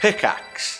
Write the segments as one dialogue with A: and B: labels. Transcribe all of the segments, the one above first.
A: Pickaxe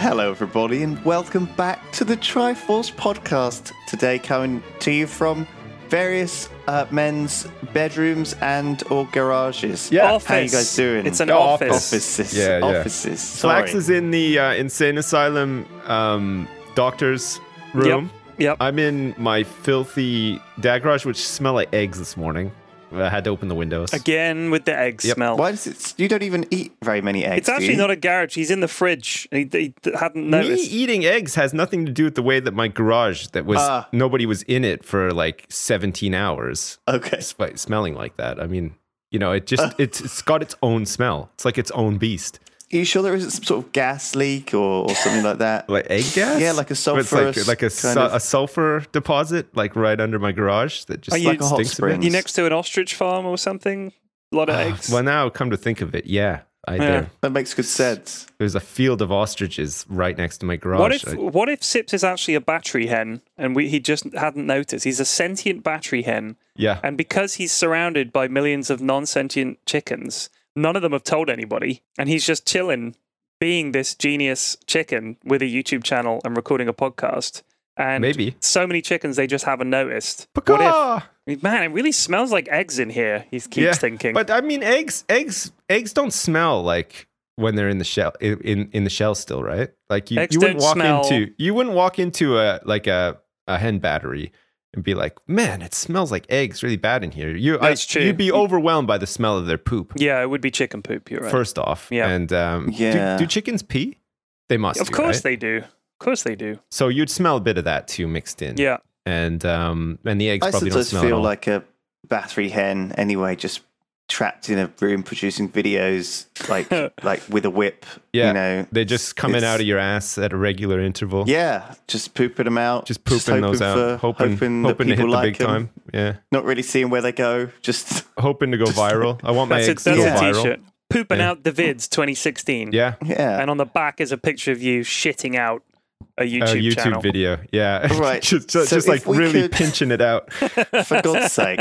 A: Hello, everybody, and welcome back to the Triforce podcast. Today, coming to you from various uh, men's bedrooms and/or garages.
B: Yeah.
A: how you
B: Office.
A: guys doing?
B: It's an
A: Oh,
B: office.
A: Offices,
C: Yeah, yeah.
A: offices.
C: Flax
A: Sorry.
C: is in the uh, insane asylum um, doctor's room.
B: Yep. Yep.
C: I'm in my filthy dag garage, which smell like eggs this morning. I had to open the windows.
B: Again with the egg
C: Yep.
B: smell.
A: Why does it? You don't even eat very many eggs.
B: It's actually not a garage. He's in the fridge. He, he hadn't
C: Me
B: noticed.
C: eating eggs has nothing to do with the way that my garage that was
A: Ah.
C: nobody was in it for like 17 hours,
A: a okay. Ah.
C: despite smelling like that. I mean, you know, it just it's, it's got its own smell. It's like its own beast,
A: Are you sure there isn't some sort of gas leak or, or something like that?
C: like egg gas.
A: Yeah, like a
C: It's like,
A: sulfurous
C: like a,
A: kind
C: su-
A: of-
C: a sulfur deposit, like right under my garage. That just
B: Are you-
C: like,
A: Like a hot
C: stinks a bit.
A: spring.
B: You next to an ostrich farm or something? A lot of
C: Ah,
B: eggs.
C: Well, now come to think of it, yeah, I
B: Yeah.
C: do.
A: that makes good sense.
C: There's a field of ostriches right next to my garage.
B: What if
C: I-
B: what if Sips is actually a battery hen and we, he just hadn't noticed? He's a sentient battery hen,
C: yeah,
B: and because he's surrounded by millions of non-sentient chickens, none of them have told anybody, and he's just chilling, being this genius chicken with a YouTube channel and recording a podcast. And
C: Maybe.
B: so many chickens they just haven't noticed. What if?
C: Paka!
B: Man, it really smells like eggs in here. He keeps
C: yeah.
B: thinking.
C: But I mean, eggs, eggs, eggs don't smell like when they're in the shell in in, in the shell still, right? Like you,
B: Eggs
C: you wouldn't
B: don't
C: walk
B: smell-
C: into you wouldn't walk into a like a a hen battery and be like, man, it smells like eggs really bad in here. You
B: That's true.
C: You'd be overwhelmed by the smell of their poop.
B: yeah, it would be chicken poop. You're right.
C: First off,
B: Yeah.
C: and um, do-
A: Yeah.
C: do, chickens pee? They must.
B: of
C: do,
B: course
C: right? Mm.
B: they do. Of course they do.
C: So you'd smell a bit of that too mixed in.
B: Yeah.
C: And um and the eggs
A: I
C: probably don't
A: sometimes
C: smell at
A: feel
C: all.
A: like a battery hen anyway, just trapped in a room producing videos like like with a whip.
C: yeah,
A: You know.
C: they're just coming
A: it's-
C: out of your ass at a regular interval.
A: Yeah, just pooping them out.
C: Just pooping those
A: hoping
C: out,
A: for-
C: hoping hoping,
A: that
C: to hit
A: people
C: the big
A: 'em,
C: time. Yeah,
A: Not really seeing where they go. Just
C: hoping to go viral. I want my
B: That's, a,
C: eggs to
B: that's
C: go
A: Yeah.
B: a
C: viral.
B: t-shirt. Pooping
C: Yeah.
B: out the vids 2016.
C: Yeah,
A: yeah.
B: And on the back is a picture of you shitting out a
C: a
B: YouTube,
C: YouTube
B: channel.
C: video. Yeah,
A: Right.
C: just
A: So
C: just, just
A: if
C: like
A: we
C: really
A: could-
C: pinching it out.
A: for God's sake,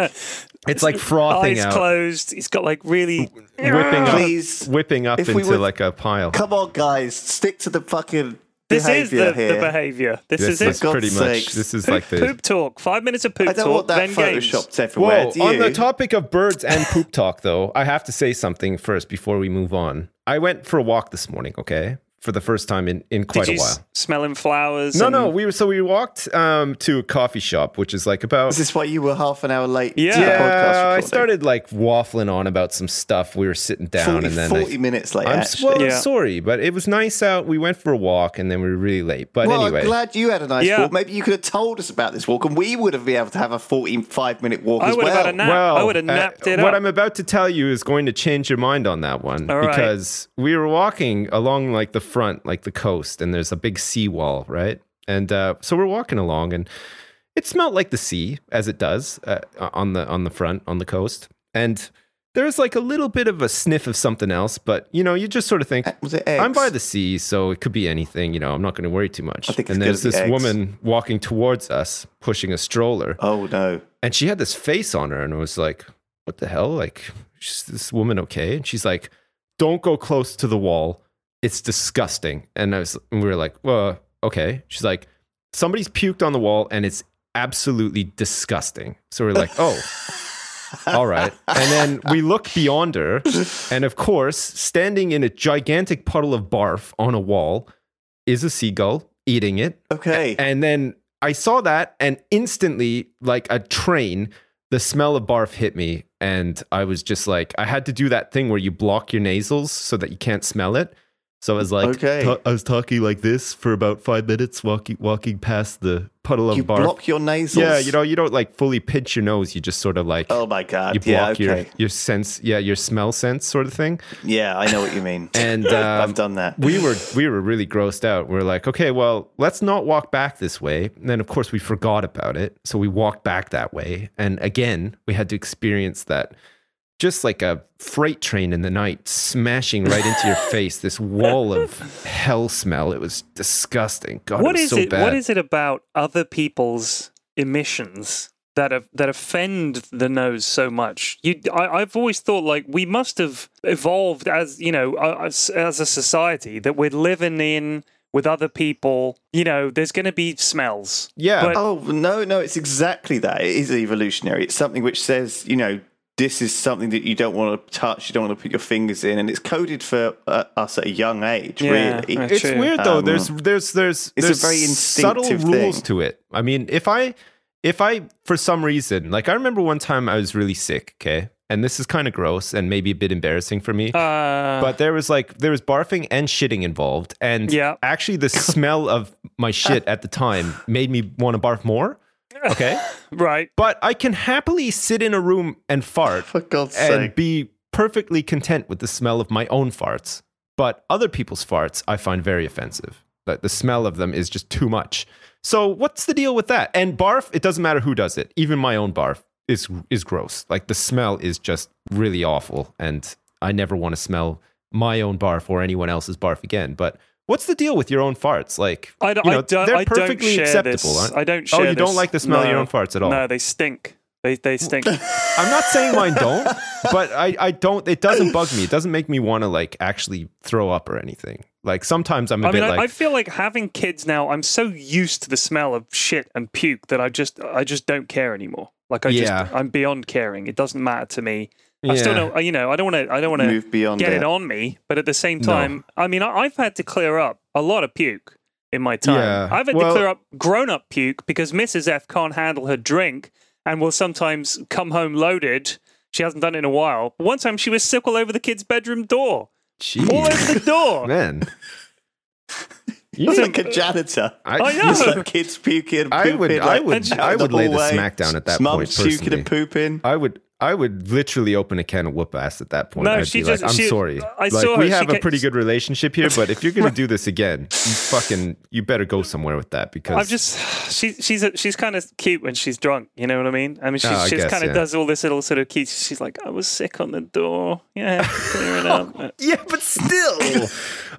C: It's like frothing
B: Eyes
C: out,
B: closed. He's got like really.
C: whipping up,
A: please.
C: whipping up
A: If
C: into
A: we would-
C: like a pile.
A: Come on, guys, stick to the fucking
B: This is
A: behavior
B: the,
A: here.
B: the behavior. This
C: This
B: is
C: is
B: it.
A: God's
C: pretty much.
A: sakes.
C: This is
B: Poop,
C: like the
B: poop talk. Five minutes of poop
A: I don't
B: talk.
A: want that
B: then games.
A: photoshopped everywhere.
C: Whoa,
A: do
C: on
A: you?
C: the topic of birds and poop talk, though, I have to say something first before we move on. I went for a walk this morning, okay? For the first time in, in quite
B: Did
C: a
B: you
C: while.
B: s- smelling flowers?
C: no,
B: and-
C: no, we were so we walked um, to a coffee shop, which is like about
A: Is this why you were half an hour late?
B: Yeah.
A: to the podcast
C: yeah. I
A: recording?
C: started like waffling on about some stuff. We were sitting down,
A: 40,
C: and then
A: 40
C: I,
A: minutes late.
C: I'm s-
A: actually.
C: well, I'm
B: Yeah.
C: sorry, but it was nice out. We went for a walk, and then we were really late. But
A: Well,
C: anyway,
A: I'm glad you had a nice
B: Yeah.
A: walk. Maybe you could have told us about this walk, and we would have been able to have a 45 minute walk
B: I
A: as
B: would
A: well.
B: have had a nap. I would have
C: uh,
B: napped it
C: What
B: up.
C: I'm about to tell you is going to change your mind on that one
B: All right.
C: because we were walking along like the front, like the coast, and there's a big seawall, right? And uh, so we're walking along, and it smelled like the sea as it does uh, on the on the front on the coast, and there was like a little bit of a sniff of something else, but you know, you just sort of think,
A: Was it Uh, eggs?
C: I'm by the sea, so it could be anything. You know, I'm not going to worry too much.
A: I think it's
C: and there's
A: gonna
C: this
A: be eggs.
C: woman walking towards us, pushing a stroller
A: Oh, no.
C: and she had this face on her and it was like what the hell like is this woman okay and she's like don't go close to the wall it's disgusting and i was and we were like well okay she's like somebody's puked on the wall and it's absolutely disgusting so we're like oh all right and then we look beyond her and of course standing in a gigantic puddle of barf on a wall is a seagull eating it
A: Okay.
C: and then I saw that, and instantly, like a train, the smell of barf hit me. And I was just like, I had to do that thing where you block your nasals so that you can't smell it. So I was like,
A: Okay.
C: ta- I was talking like this for about five minutes, walking walking past the puddle of
A: you
C: barf.
A: block your nasals.
C: yeah, you know, you don't like fully pinch your nose. You just sort of like
A: Oh, my God.
C: you block
A: yeah, okay.
C: your your sense, yeah, your smell sense sort of thing.
A: Yeah, I know what you mean.
C: And um,
A: I've done that.
C: we were we were really grossed out. We were like, okay, well, let's not walk back this way. And then of course we forgot about it. So we walked back that way. And again, we had to experience that just like a freight train in the night smashing right into your face, this wall of hell smell. It was disgusting. God,
B: What
C: it was
B: is
C: so
B: it?
C: bad.
B: What is it about other people's emissions that of, that offend the nose so much. You, I, I've always thought like we must have evolved as you know as, as a society that we're living in with other people. You know, there's going to be smells.
C: Yeah.
B: But-
A: Oh no, no, it's exactly that. It is evolutionary. It's something which says, you know, this is something that you don't want to touch. You don't want to put your fingers in, and it's coded for uh, us at a young age.
B: Yeah,
A: really,
B: right.
C: it's
B: True.
C: weird though.
A: Um,
C: there's there's there's
A: it's a
C: there's
A: very
C: subtle
A: instinctive thing.
C: rules to it. I mean, if I if I for some reason, like I remember one time I was really sick, okay, and this is kind of gross and maybe a bit embarrassing for me.
B: Uh,
C: but there was like there was barfing and shitting involved, and
B: Yeah.
C: actually the smell of my shit at the time made me want to barf more. Okay,
B: right.
C: but I can happily sit in a room and fart
A: for God's
C: and
A: sake.
C: be perfectly content with the smell of my own farts. But other people's farts I find very offensive. Like the smell of them is just too much. So what's the deal with that? And barf, it doesn't matter who does it. Even my own barf is is gross. Like the smell is just really awful and I never want to smell my own barf or anyone else's barf again. But what's the deal with your own farts? Like
B: I, d-
C: you know,
B: I, do,
C: they're
B: I don't
C: perfectly
B: share
C: acceptable,
B: this.
C: aren't-
B: I don't share
C: oh, you
B: this.
C: don't like the smell of your
B: No.
C: own farts at all.
B: No, they stink. They they stink.
C: I'm not saying mine don't, but I, I don't. It doesn't bug me. It doesn't make me want to like actually throw up or anything. Like sometimes I'm a
B: I mean,
C: bit
B: I,
C: like,
B: I feel like having kids now. I'm so used to the smell of shit and puke that I just I just don't care anymore. Like I
C: Yeah.
B: just I'm beyond caring. It doesn't matter to me. I still
C: Yeah.
B: don't. You know, I don't want to. I don't want to
A: Move beyond
B: get
A: it.
B: it on me. But at the same
C: No.
B: time, I mean, I, I've had to clear up a lot of puke in my time.
C: Yeah.
B: I've had
C: Well-
B: to clear up grown up puke because Mrs. F can't handle her drink and will sometimes come home loaded. She hasn't done it in a while. One time she was sick all over the kid's bedroom door. All
C: jeez,
B: over the door.
C: man. You
A: He's like
C: need-
A: a janitor.
B: I
C: I,
B: know.
A: It's like kids puking and
C: I
A: pooping.
C: would- I
A: like, out
C: would-
A: in
C: I would lay the
A: hallway.
C: smack down at that
A: Mum's
C: point,
A: puking and pooping.
C: I would. I would literally open a can of whoop ass at that point.
B: No,
C: I'd
B: she
C: be
B: just-
C: like, I'm
B: she-
C: sorry.
B: I
C: like,
B: saw her.
C: we
B: She
C: have a
B: ca-
C: pretty good relationship here, but if you're going to do this again, you fucking, you better go somewhere with that because
B: I've just she, she's a, she's kind of cute when she's drunk. You know what I mean? I mean, she's,
C: Oh, I
B: she's
C: guess,
B: kind of
C: yeah.
B: does all this little sort of cute. She's like, I was sick on the door. Yeah, clear it up.
C: yeah, but still, I'd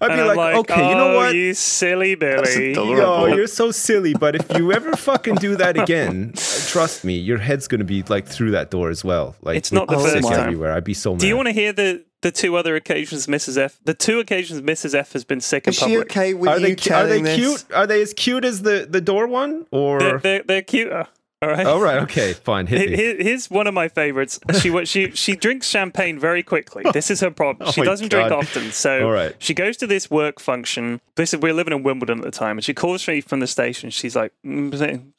B: And
C: be
B: I'm
C: like, okay, you know
B: "Oh,
C: what?
B: You silly Billy.
A: adorable.
C: Yo,
A: Horrible.
C: you're so silly, but if you ever fucking do that again, trust me, your head's gonna be like through that door as well. Like
B: It's not the
C: with
A: first
C: sick
A: time.
C: everywhere. I'd be so mad.
B: Do you want to hear the the two other occasions Mrs. F? The two occasions Mrs. F has been sick in
A: Is she
B: public.
A: okay with
C: are
A: you
C: they cu- are they
A: telling this?
C: cute? Are they as cute as the the door one? Or
B: They're, they're, they're cuter. All right.
C: all right, okay, fine, hit
B: Here-
C: me.
B: here- Here's one of my favorites. She wa- she she drinks champagne very quickly. This is her problem. She
C: Oh my
B: doesn't
C: God.
B: drink often, so
C: All right.
B: she goes to this work function. This is we're living in Wimbledon at the time, and she calls me from the station. She's like, "Mm,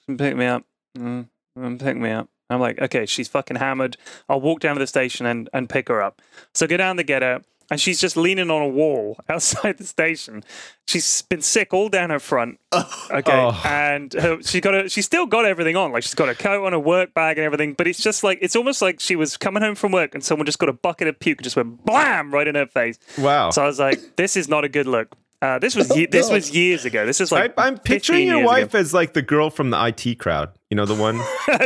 B: pick, pick me up, Mm, mm, pick me up. I'm like, okay, she's fucking hammered. I'll walk down to the station and and pick her up. So I go down to get her. And she's just leaning on a wall outside the station. She's been sick all down her front. Okay,
C: Oh.
B: and her, she got her, she's still got everything on. Like she's got her coat on, her work bag, and everything. But it's just like it's almost like she was coming home from work, and someone just got a bucket of puke and just went blam right in her face.
C: Wow.
B: So I was like, this is not a good look. Uh, this was ye- this was years ago. This is
C: I,
B: like
C: I'm
B: 15
C: picturing your
B: years ago.
C: wife as like the girl from the IT crowd. You know, the one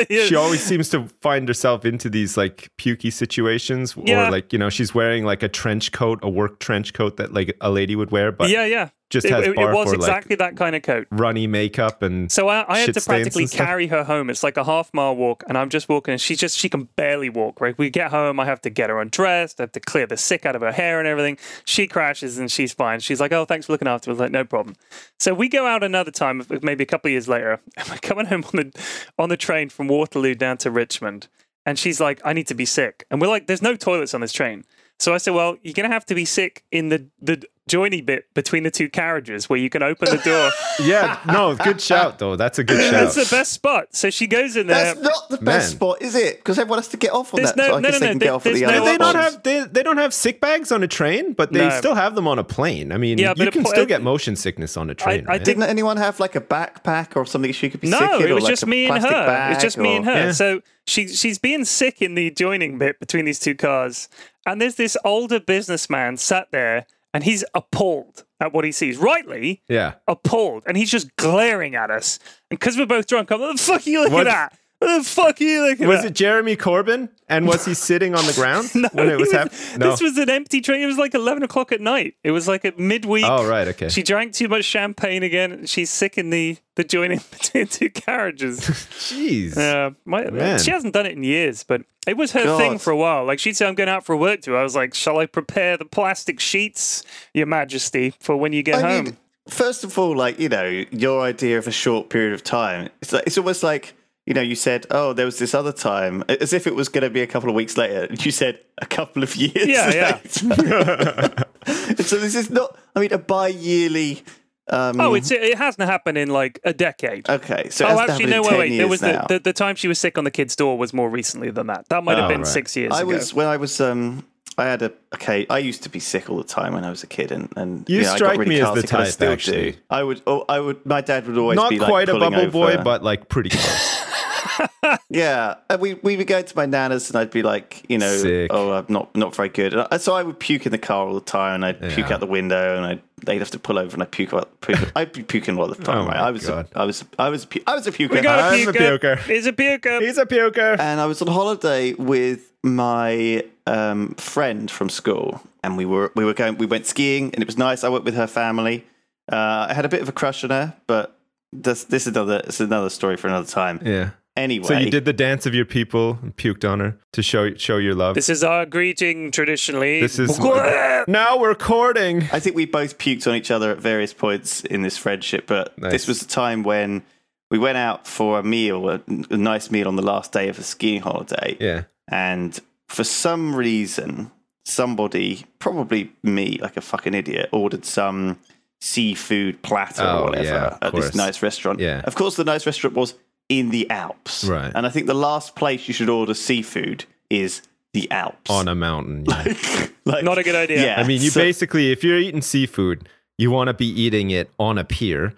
B: Yeah.
C: she always seems to find herself into these like pukey situations,
B: Yeah.
C: or like you know, she's wearing like a trench coat, a work trench coat that like a lady would wear, but
B: yeah, yeah.
C: just
B: it,
C: has
B: it- it
C: barf
B: was
C: or, like,
B: exactly that kind of coat.
C: runny makeup and
B: So I, I had
C: shit
B: to
C: stains
B: practically
C: and stuff?
B: carry her home. It's like a half mile walk, and I'm just walking, and she just she can barely walk. Right, we get home, I have to get her undressed, I have to clear the sick out of her hair and everything. She crashes and she's fine. She's like, "Oh, thanks for looking after." us." like, "No problem." So we go out another time, maybe a couple of years later. And we're coming home on the on the train from Waterloo down to Richmond, and she's like, "I need to be sick," and we're like, "There's no toilets on this train." So I said, "Well, you're gonna have to be sick in the the joiny bit between the two carriages where you can open the door."
C: Yeah, no, good shout though. That's a good
B: That's
C: shout.
B: the best spot. So she goes in there.
A: That's not the best
C: Uh, Man.
A: spot, is it? Because everyone has to get off on
B: There's
A: that. so
B: no-
A: I
B: no,
A: guess
B: no,
A: they can
B: no,
A: get off at
B: there's
A: the
B: no-
A: other
C: they don't
A: ones.
C: have they, they don't have sick bags on a train, but they
B: No.
C: still have them on a plane. I mean,
B: Yeah, but
C: you
B: a
C: can
B: pl-
C: still get motion sickness on a train.
B: I
C: right?
B: did-
A: Didn't anyone have like a backpack or something she could be sick
B: no,
A: in?
B: it
A: or,
B: was
A: like,
B: just
A: a
B: me and
A: plastic
B: her. It's
A: bag
B: just me
A: or-
B: and her.
C: Yeah.
B: So she she's being sick in the joining bit between these two cars, and there's this older businessman sat there, and he's appalled at what he sees. Rightly,
C: Yeah.
B: Oh, appalled, and he's just glaring at us. And because we're both drunk, I'm like, "The fuck are you looking
C: What-
B: at? What the fuck are you looking
C: Was
B: at?
C: it Jeremy Corbyn? And was he sitting on the ground when it was
B: he
C: happening? No.
B: This was an empty train. It was like 11 o'clock at night. It was like at midweek.
C: oh, right. Okay.
B: She drank too much champagne again. She's sick in the, the joining between two carriages.
C: Jeez.
B: Uh, my,
C: Man.
B: she hasn't done it in years, but it was her
A: God.
B: thing for a while. Like she'd say, I'm going out for work too. I was like, Shall I prepare the plastic sheets, Your Majesty, for when you get
A: I
B: home?
A: mean, first of all, like you know, your idea of a short period of time. It's like it's almost like you know, you said, "Oh, there was this other time," as if it was going to be a couple of weeks later. You said a couple of years.
B: Yeah, yeah.
A: later. so this is not. I mean, a bi-yearly. Um,
B: oh, it's, it hasn't happened in like a decade.
A: okay. So it
B: oh,
A: hasn't
B: actually, no,
A: happened in 10
B: wait, wait. There
A: years
B: was the,
A: now.
B: the, the time she was sick on the kid's door was more recently than that. That might have
C: Oh,
B: been
C: right.
B: six years
A: I
B: ago.
A: was when I was um I had a okay. I used to be sick all the time when I was a kid, and and
C: You
A: know, I got
C: strike
A: really
C: me as the
A: carsick, and I
C: type,
A: still do.
C: actually.
A: I would. Oh, I would. My dad would always
C: Not
A: be like
C: quite a
A: pulling
C: bubble boy,
A: over.
C: but like pretty close.
A: yeah. And we we would go to my nana's, and I'd be like, you know,
C: Sick.
A: oh, I'm not not very good. And I, so I would puke in the car all the time, and I'd puke
C: Yeah.
A: out the window, and I'd they'd have to pull over, and I puke out. Puke, I'd be puking all the time.
C: Oh
A: right?
C: my
A: I was.
C: God.
A: A, I was. I was a. Pu- I was a puker.
B: We got a
C: I'm a
B: puker.
C: puker.
B: He's a puker.
C: He's a
B: Uh,
C: puker.
A: and I was on holiday with my um, friend from school, and we were we were going we went skiing, and it was nice. I went with her family. Uh, I had a bit of a crush on her, but this this is another it's another story for another time.
C: Yeah.
A: Anyway,
C: So you did the dance of your people and puked on her to show show your love.
B: This is our greeting traditionally.
C: This is- now we're courting.
A: I think we both puked on each other at various points in this friendship, but
C: Nice.
A: this was the time when we went out for a meal, a, a nice meal on the last day of the skiing holiday.
C: Yeah.
A: and for some reason somebody probably me like a fucking idiot ordered some seafood platter
C: Oh,
A: or whatever
C: yeah, of
A: at
C: course.
A: this nice restaurant
C: Yeah.
A: of course the nice restaurant was in the alps
C: Right.
A: and i think the last place you should order seafood is the alps
C: On a mountain. yeah.
A: like,
B: Not a good idea.
A: yeah
C: I mean, you
A: so-
C: basically, if you're eating seafood, you want to be eating it on a pier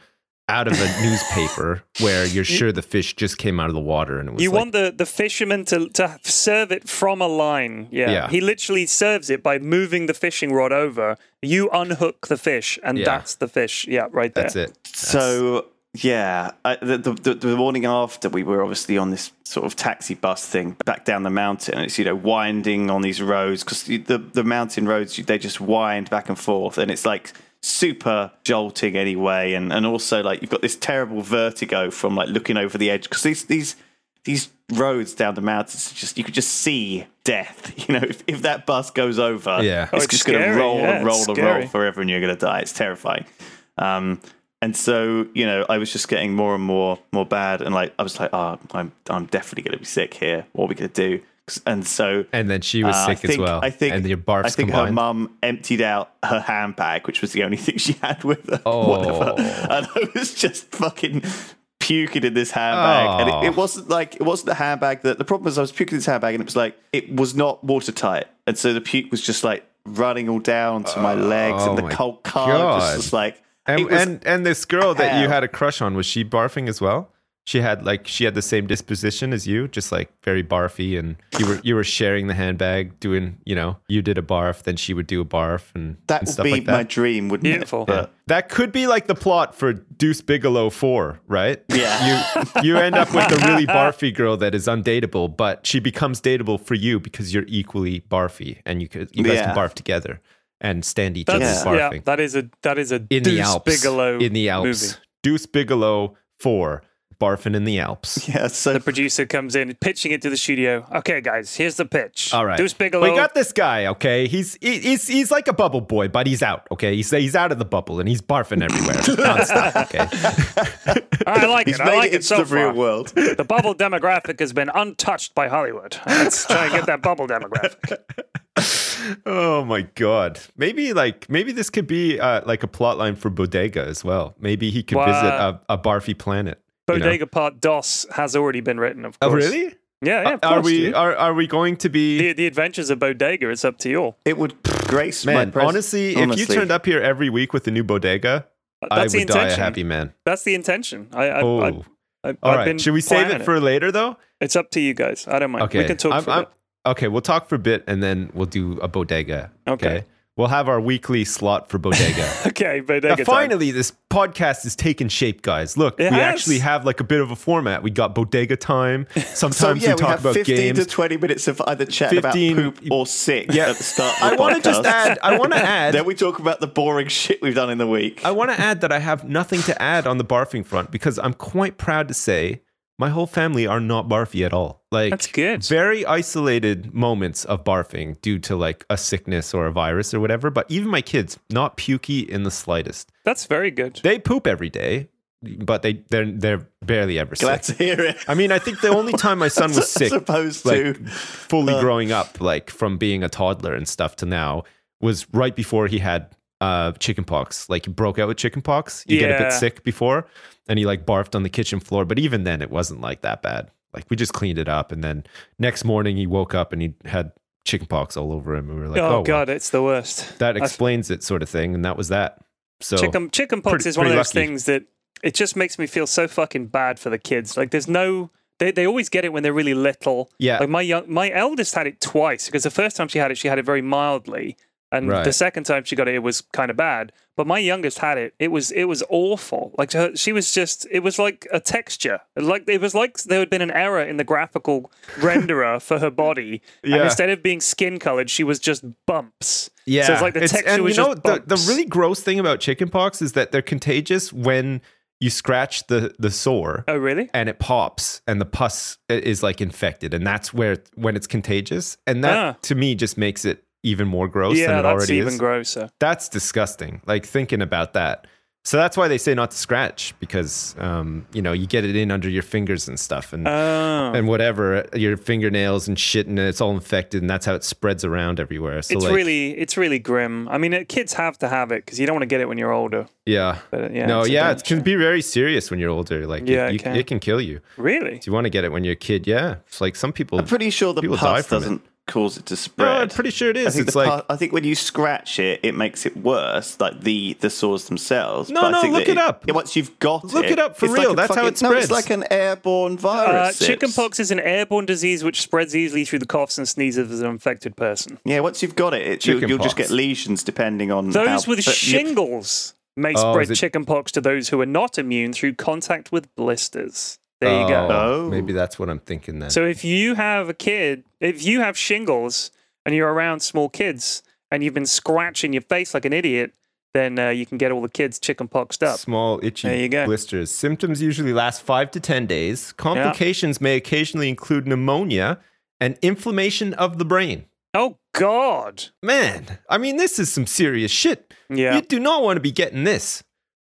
C: out of a newspaper where you're sure the fish just came out of the water and it was
B: You
C: like,
B: want the, the fisherman to, to serve it from a line. Yeah.
C: Yeah.
B: He literally serves it by moving the fishing rod over. You unhook the fish, and
C: Yeah.
B: that's the fish. Yeah, right there.
C: that's it.
A: So yeah, I, the, the the the morning after we were obviously on this sort of taxi bus thing back down the mountain, and it's you know winding on these roads because the, the the mountain roads they just wind back and forth, and it's like super jolting anyway, and and also like you've got this terrible vertigo from like looking over the edge because these these. These roads down the mountains, are just you could just see death. You know, if, if that bus goes over,
C: Yeah.
A: it's,
B: Oh, it's
A: just going
B: scary,
A: to roll
B: yeah,
A: and
B: it's
A: roll and
B: scary.
A: roll forever, and you're going to die. It's terrifying. Um, and so you know, I was just getting more and more more bad, and like I was like, oh, I'm I'm definitely going to be sick here. What are we going to do? 'Cause- And so
C: And then she was
A: uh,
C: sick
A: I think,
C: as well.
A: I think
C: and your barfs
A: I think her
C: combined.
A: mum emptied out her handbag, which was the only thing she had with her.
C: Oh.
A: Whatever. And I was just fucking puking in this handbag.
C: Oh.
A: And it, it wasn't like it wasn't the handbag that the problem was I was puking in this handbag and it was like it was not watertight. And so the puke was just like running all down to my legs
C: Oh
A: and
C: my
A: the cold car
C: God.
A: just was like
C: and,
A: it was
C: and and this girl that you
A: hell.
C: had a crush on was she barfing as well? She had like she had the same disposition as you, just like very barfy, and you were you were sharing the handbag, doing you know you did a barf, then she would do a barf, and
A: that
C: and
A: would
C: stuff
A: be
C: like that.
A: my dream, wouldn't
B: Beautiful.
A: it? But
C: That could be like the plot for Deuce Bigelow 4, right?
A: Yeah.
C: You you end up with a really barfy girl that is undateable, but she becomes dateable for you because you're equally barfy and you could you guys
A: Yeah.
C: can barf together and stand each
B: That's,
C: other's
B: yeah.
C: barfing.
B: that is a that is a
C: in
B: Deuce
C: the Alps.
B: Bigelow
C: in the Alps.
B: movie.
C: Deuce Bigelow 4, barfing in the Alps.
A: yeah, so
B: The producer comes in, pitching it to the studio. Okay, guys, here's the pitch.
C: All right.
B: Deuce Bigelow.
C: We got this guy, okay? He's he- he's he's like a bubble boy, but he's out, okay? He's he's out of the bubble and he's barfing everywhere. nonstop, okay?
B: I like
A: he's
B: it.
A: made
B: I like
A: it
B: it,
A: into
B: so
A: the real
B: far.
A: world.
B: The bubble demographic has been untouched by Hollywood. Let's try and get that bubble demographic.
C: Oh my god. Maybe like maybe this could be uh, like a plot line for Bodega as well. Maybe he could
B: Wow.
C: visit a, a barfy planet. you know?
B: Bodega Part Dos has already been written, of course.
C: Oh really? Uh,
B: Yeah, yeah. Of
C: are
B: course,
C: we
B: dude.
C: are, are we going to be
B: the, the adventures of Bodega? It's up to you all.
A: It would grace my
C: man?
A: pres-
C: honestly, if you
A: honestly.
C: turned up here every week with a new Bodega,
B: That's
C: I
B: the
C: would die a
B: intention.
C: happy man.
B: That's the intention. I, I,
C: oh,
B: I,
C: all
B: I, I've
C: right.
B: been
C: Should we save
B: planning
C: it for later though?
B: It's up to you guys. I don't mind.
C: Okay.
B: We can talk
C: I'm-
B: for a
C: I'm-
B: bit.
C: Okay, we'll talk for a bit and then we'll do a Bodega.
B: Okay.
C: We'll have our weekly slot for bodega.
B: Okay, but
C: Now, finally, this podcast is taking shape, guys. Look,
B: It
C: we
B: has.
C: actually have like a bit of a format. We got bodega time.
A: So
C: Sometimes
A: yeah,
C: we
A: we,
C: talk
A: have
C: about
A: 15
C: games.
A: to 20 minutes of either chat
C: 15
A: about poop or sick
C: Yeah.
A: at the start. Of
C: I
A: the
C: want to just
A: podcast.
C: add. I want to add.
A: Then we talk about the boring shit we've done in the week.
C: I want to add that I have nothing to add on the barfing front because I'm quite proud to say my whole family are not barfy at all. Like
B: That's good.
C: Very isolated moments of barfing due to like a sickness or a virus or whatever. But even my kids, not pukey in the slightest.
B: That's very good.
C: They poop every day, but they they're they're barely ever sick.
A: Glad to hear it.
C: I mean, I think the only time my son was
A: As
C: sick,
A: opposed
C: like
A: to
C: fully growing up, like from being a toddler and stuff to now, was right before he had uh, chickenpox. Like he broke out with chickenpox. You get a
B: Yeah.
C: bit sick before, and he like barfed on the kitchen floor. But even then, it wasn't like that bad. Like we just cleaned it up, and then next morning he woke up and he had chickenpox all over him. And we were like,
B: oh,
C: oh, well,
B: god, it's the worst.
C: that
B: I've-
C: explains it, sort of thing. And that was that. So
B: chicken chicken pox
C: pretty-
B: is one of
C: pretty
B: those
C: lucky.
B: things that it just makes me feel so fucking bad for the kids. Like there's no they, they always get it when they're really little.
C: Yeah.
B: Like my young my eldest had it twice because the first time she had it, she had it very mildly. And the
C: Right.
B: second time she got it, it was kind of bad. But my youngest had it. It was it was awful. Like her, she was just it was like a texture. Like it was like there had been an error in the graphical renderer for her body. And
C: Yeah.
B: instead of being skin colored, she was just bumps.
C: Yeah,
B: So it's like the texture
C: and
B: was
C: you know
B: just
C: the, the
B: bumps.
C: really gross thing about chickenpox is that they're contagious when you scratch the the sore
B: Oh really?
C: and it pops and the pus i- is like infected and that's where when it's contagious and that
B: Ah.
C: to me just makes it even more gross than
B: yeah,
C: it
B: that's
C: already
B: even
C: is.
B: grosser.
C: that's disgusting. Like thinking about that. So that's why they say not to scratch because um, you know you get it in under your fingers and stuff and
B: Oh.
C: and whatever uh, your fingernails and shit and it's all infected and that's how it spreads around everywhere. So
B: it's
C: like,
B: really it's really grim. I mean, uh, kids have to have it because you don't want to get it when you're older.
C: yeah.
B: But uh, yeah,
C: no,
B: it's a
C: yeah,
B: bit-
C: it can be very serious when you're older. Like,
B: Yeah,
C: it,
B: it
C: you-
B: can.
C: it can kill you.
B: really.
C: Do you want to get it when you're a kid? Yeah, it's like some people.
A: I'm pretty sure the
C: People die
A: pus
C: from it.
A: doesn't cause it to spread.
C: no, I'm pretty sure it
A: I
C: is.
A: think,
C: It's
A: the
C: like
A: pus- I think when you scratch it, it makes it worse, like the, the sores themselves.
C: No,
A: but I
C: no,
A: think that
C: look it up.
A: yeah, Once you've got
C: Look
A: it,
C: it up for
A: it's like
C: real.
A: a
C: That's how
A: fucking-
C: it
A: No,
C: spreads.
A: it's like an airborne
B: Uh,
A: virus. It's-
B: chickenpox is an airborne disease which spreads easily through the coughs and sneezes of an infected person.
A: Yeah, once you've got it, it you'll, you'll just get
C: Chickenpox.
A: lesions depending on
B: Those
A: how, but
B: with
A: you-
B: shingles may
C: Uh, Oh,
B: spread
C: is it-
B: chickenpox to those who are not immune through contact with blisters. There you go.
A: Oh.
C: Maybe that's what I'm thinking then.
B: So if you have a kid, if you have shingles and you're around small kids and you've been scratching your face like an idiot, then uh, you can get all the kids chickenpoxed up.
C: Small itchy
B: There you go.
C: blisters. Symptoms usually last five to ten days. Complications may occasionally include pneumonia and inflammation of the brain.
B: Oh God!
C: Man, I mean, this is some serious shit.
B: Yeah.
C: You do not want to be getting this.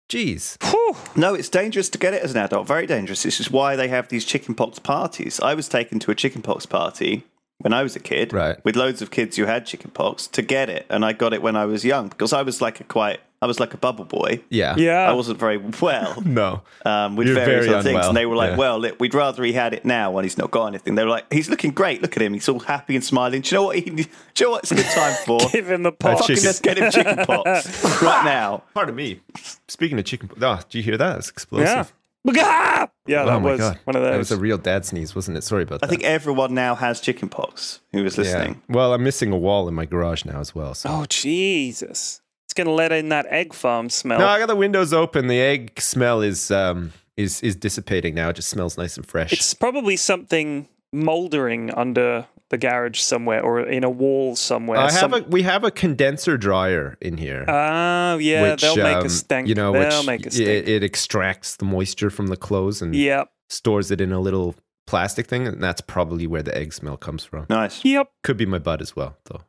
C: Jeez.
B: Whew.
A: No, it's dangerous to get it as an adult. Very dangerous. This is why they have these chickenpox parties. I was taken to a chickenpox party when I was a kid,
C: Right.
A: with loads of kids who had chickenpox to get it, and I got it when I was young because I was like a quite, I was like a bubble boy.
C: Yeah.
B: Yeah.
A: I wasn't very well
C: No.
A: um, with
C: You're
A: various
C: very
A: other things,
C: unwell.
A: and they were like,
C: Yeah.
A: "Well, look, we'd rather he had it now when he's not got anything." They were like, "He's looking great. Look at him. He's all happy and smiling. Do you know what? He, do you know what? It's a good time for."
B: Give him
C: Oh,
B: the pot.
A: Fucking
C: chicken.
A: let's get him chickenpox right now.
C: Pardon me. Speaking of chicken, oh, did you hear that? It's explosive. Oh
B: Yeah. Booga! Yeah, that was one of those.
C: That was a real dad sneeze, wasn't it? Sorry about that.
A: I think everyone now has chickenpox who was listening.
C: Well, I'm missing a wall in my garage now as well. So.
B: oh Jesus! It's gonna let in that egg farm smell.
C: No, I got the windows open. The egg smell is um is is dissipating now. It just smells nice and fresh.
B: it's probably something mouldering under the garage somewhere, or in a wall somewhere.
C: I have
B: Some-
C: a we have a condenser dryer in here.
B: Oh yeah,
C: which,
B: they'll make
C: um,
B: a stink.
C: You know,
B: they'll
C: which
B: make a stink.
C: it, it extracts the moisture from the clothes and
B: yep.
C: stores it in a little plastic thing, and that's probably where the egg smell comes from.
A: Nice.
B: Yep.
C: Could be my butt as well, though.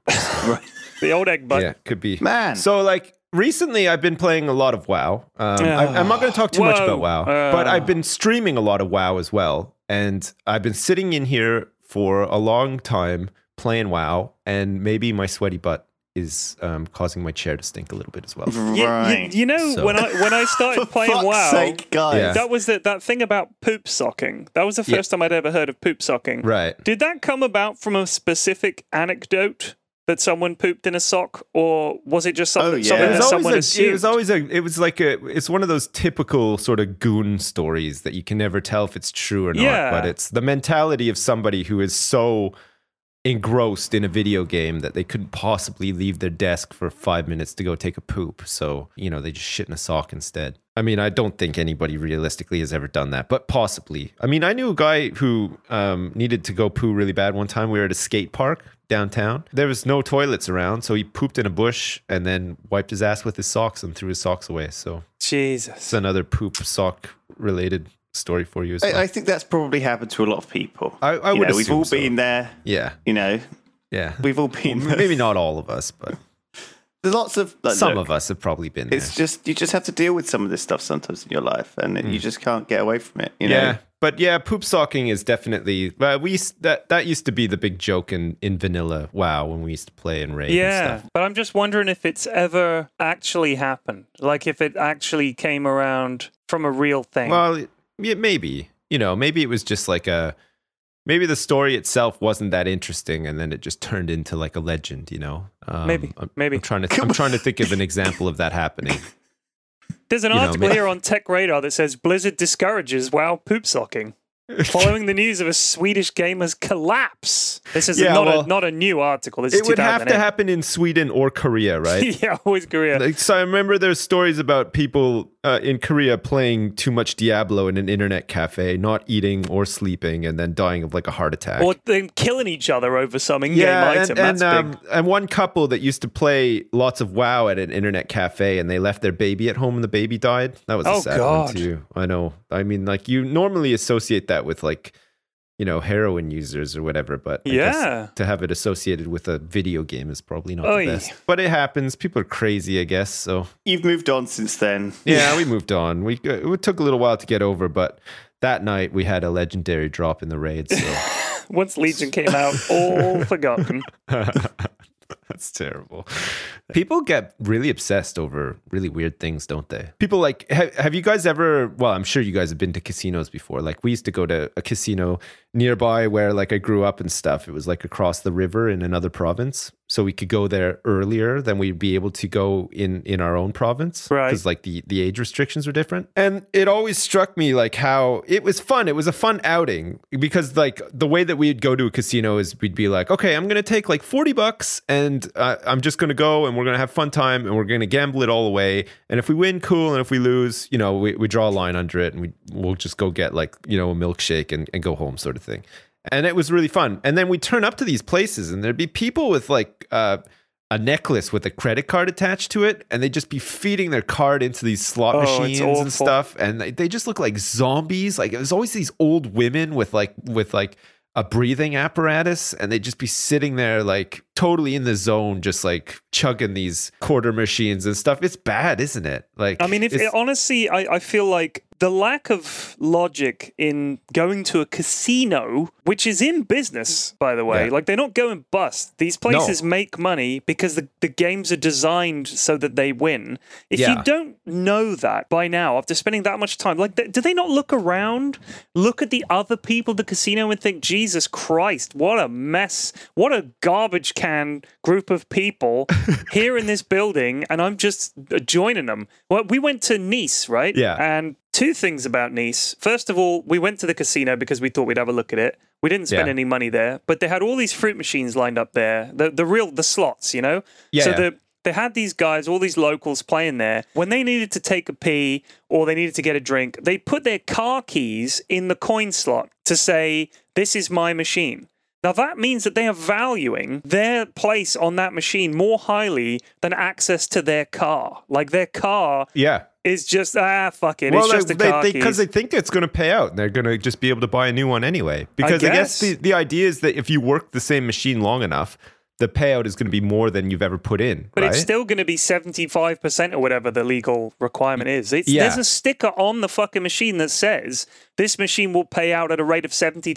A: Right.
B: The old egg butt.
C: yeah, could be.
A: Man.
C: So like recently, I've been playing a lot of WoW. Um, I, I'm not going to talk too much
B: Whoa.
C: about WoW,
B: Uh.
C: but I've been streaming a lot of WoW as well, and I've been sitting in here for a long time playing WoW, and maybe my sweaty butt is um, causing my chair to stink a little bit as well.
B: You- you-
A: Right.
B: You, know,
C: So-
B: when I when I
A: For
B: started playing
A: fuck's
B: WoW,
A: sake, guys.
C: Yeah.
B: that was the, that thing about poop socking. That was the
C: Yeah.
B: first time I'd ever heard of poop socking.
C: Right.
B: Did that come about from a specific anecdote that someone pooped in a sock, or was it just something,
A: Oh, yeah.
B: something
C: It
A: It
B: that
C: was,
B: someone
C: always a,
B: assumed?
C: it was always a. It was like a. It's one of those typical sort of goon stories that you can never tell if it's true or not.
B: Yeah.
C: But it's the mentality of somebody who is so engrossed in a video game that they couldn't possibly leave their desk for five minutes to go take a poop. So, you know, they just shit in a sock instead. I mean, I don't think anybody realistically has ever done that, but possibly. I mean, I knew a guy who um, needed to go poo really bad one time. We were at a skate park downtown. There was no toilets around, so he pooped in a bush and then wiped his ass with his socks and threw his socks away. So
B: Jesus.
C: it's another poop sock related story for you as well.
A: I, I think that's probably happened to a lot of people.
C: I- I
A: You
C: would
A: know, We've
C: assume
A: all
C: so.
A: been there.
C: yeah,
A: You know,
C: yeah.
A: we've all been. there.
C: Maybe not all of us, but
A: There's lots of like,
C: some
A: look,
C: of us have probably been there.
A: It's just you just have to deal with some of this stuff sometimes in your life, and you just can't get away from it. You know.
C: Hmm. Yeah, but yeah, poop socking is definitely. Uh, we used, that that used to be the big joke in in vanilla. Wow, when we used to play and rave. and
B: Yeah,
C: stuff.
B: but I'm just wondering if it's ever actually happened. Like if it actually came around from a real thing.
C: Well, it- yeah, maybe you know, maybe it was just like a. Maybe the story itself wasn't that interesting, and then it just turned into like a legend. You know, um,
B: Maybe,
C: I'm,
B: maybe.
C: I'm trying to. I'm trying to think of an example of that happening.
B: There's an
C: you know,
B: article
C: maybe-
B: here on Tech Radar that says Blizzard discourages WoW poop socking. Following the news of a Swedish gamer's collapse. This is
C: Yeah,
B: not,
C: well,
B: a, not a new article. This is
C: It would have to
B: 2008.
C: happen in Sweden or Korea, right?
B: yeah, always Korea.
C: Like, so I remember there's stories about people uh, in Korea playing too much Diablo in an internet cafe, not eating or sleeping, and then dying of like a heart attack.
B: or them killing each other over some in-game
C: yeah,
B: item.
C: and and,
B: That's
C: um,
B: big.
C: and one couple that used to play lots of WoW at an internet cafe, and they left their baby at home, and the baby died. That was
B: Oh,
C: a sad
B: God.
C: one too. I know. I mean, like you normally associate that with like you know heroin users or whatever, but I guess
B: Yeah.
C: to have it associated with a video game is probably not
B: Oy.
C: the best. But it happens. People are crazy, I guess. So
A: You've moved on since then.
C: yeah, we moved on. We uh, it took a little while to get over, but that night we had a legendary drop in the raid. So
B: Once Legion came out, all forgotten.
C: that's terrible. People get really obsessed over really weird things, don't they? People like have, have you guys ever? Well, I'm sure you guys have been to casinos before. Like we used to go to a casino nearby where like I grew up and stuff. It was like across the river in another province, so we could go there earlier than we'd be able to go in in our own province,
B: Right.
C: 'Cause, like the the age restrictions were different and it always struck me like how it was fun it was a fun outing because like the way that we'd go to a casino is we'd be like okay i'm gonna take like 40 bucks and uh, i'm just gonna go and we're gonna have fun time and we're gonna gamble it all away and if we win cool and if we lose you know we, we draw a line under it and we, we'll just go get like you know a milkshake and, and go home sort of thing and it was really fun and then we'd turn up to these places and there'd be people with like uh a necklace with a credit card attached to it, and they'd just be feeding their card into these slot
B: Oh, it's
C: machines
B: awful.
C: and stuff, and they, they just look like zombies. Like it was always these old women with like with like a breathing apparatus, and they'd just be sitting there like totally in the zone, just like chugging these quarter machines and stuff. It's bad, isn't it? Like
B: I mean, if
C: it's-
B: honestly, I, I feel like the lack of logic in going to a casino, which is in business, by the way,
C: Yeah.
B: like they're not going bust. These places make money because the, the games are designed so that they win. If
C: Yeah.
B: you don't know that by now, after spending that much time, like, th- do they not look around, look at the other people at the casino and think, Jesus Christ, what a mess, what a garbage can group of people here in this building, and I'm just uh, joining them. Well, we went to Nice, right?
C: Yeah.
B: And two things about Nice. First of all, we went to the casino because we thought we'd have a look at it. We didn't spend
C: Yeah.
B: any money there, but they had all these fruit machines lined up there. The the real the slots, you know?
C: Yeah,
B: So
C: yeah.
B: the they had these guys, all these locals playing there. When they needed to take a pee or they needed to get a drink, they put their car keys in the coin slot to say, This is my machine. Now that means that they are valuing their place on that machine more highly than access to their car. Like their car
C: yeah.
B: is just ah fuck it.
C: Well,
B: it's just
C: they,
B: a car
C: they,
B: keys.
C: because they think it's going to pay out, and they're going to just be able to buy a new one anyway. Because I guess,
B: guess.
C: the, the idea is that if you work the same machine long enough, the payout is going to be more than you've ever put in.
B: but
C: right?
B: it's still going to be 75% or whatever the legal requirement is. It's,
C: Yeah.
B: There's a sticker on the fucking machine that says this machine will pay out at a rate of 73%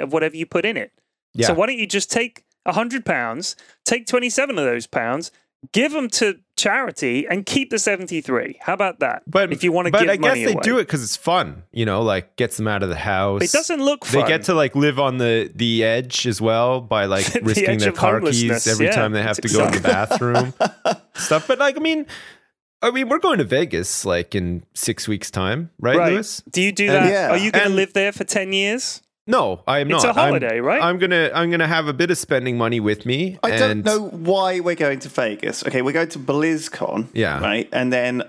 B: of whatever you put in it.
C: yeah.
B: So why don't you just take 100 pounds, take 27 of those pounds, give them to charity and keep the 73. How about that?
C: but
B: if you want to
C: but
B: give
C: I guess
B: money
C: they
B: away.
C: do it because it's fun. You know, like gets them out of the house.
B: It doesn't look
C: They
B: fun.
C: get to like live on the the edge as well by like
B: The
C: risking
B: edge
C: their
B: of
C: car keys
B: homelessness,
C: every
B: yeah.
C: time they have to
B: It's
C: go in the bathroom stuff. But like, I mean, I mean, we're going to Vegas like in six weeks' time, right,
B: right.
C: Lewis?
B: Do you do
C: And-
B: that?
A: Yeah.
B: Are you going to
C: And-
B: live there for 10 years?
C: No, I am
B: It's
C: not.
B: a
C: I'm-
B: holiday, right?
C: I'm gonna I'm gonna have a bit of spending money with me.
A: I
C: and-
A: don't know why we're going to Vegas. Okay, we're going to BlizzCon.
C: Yeah.
A: Right. And then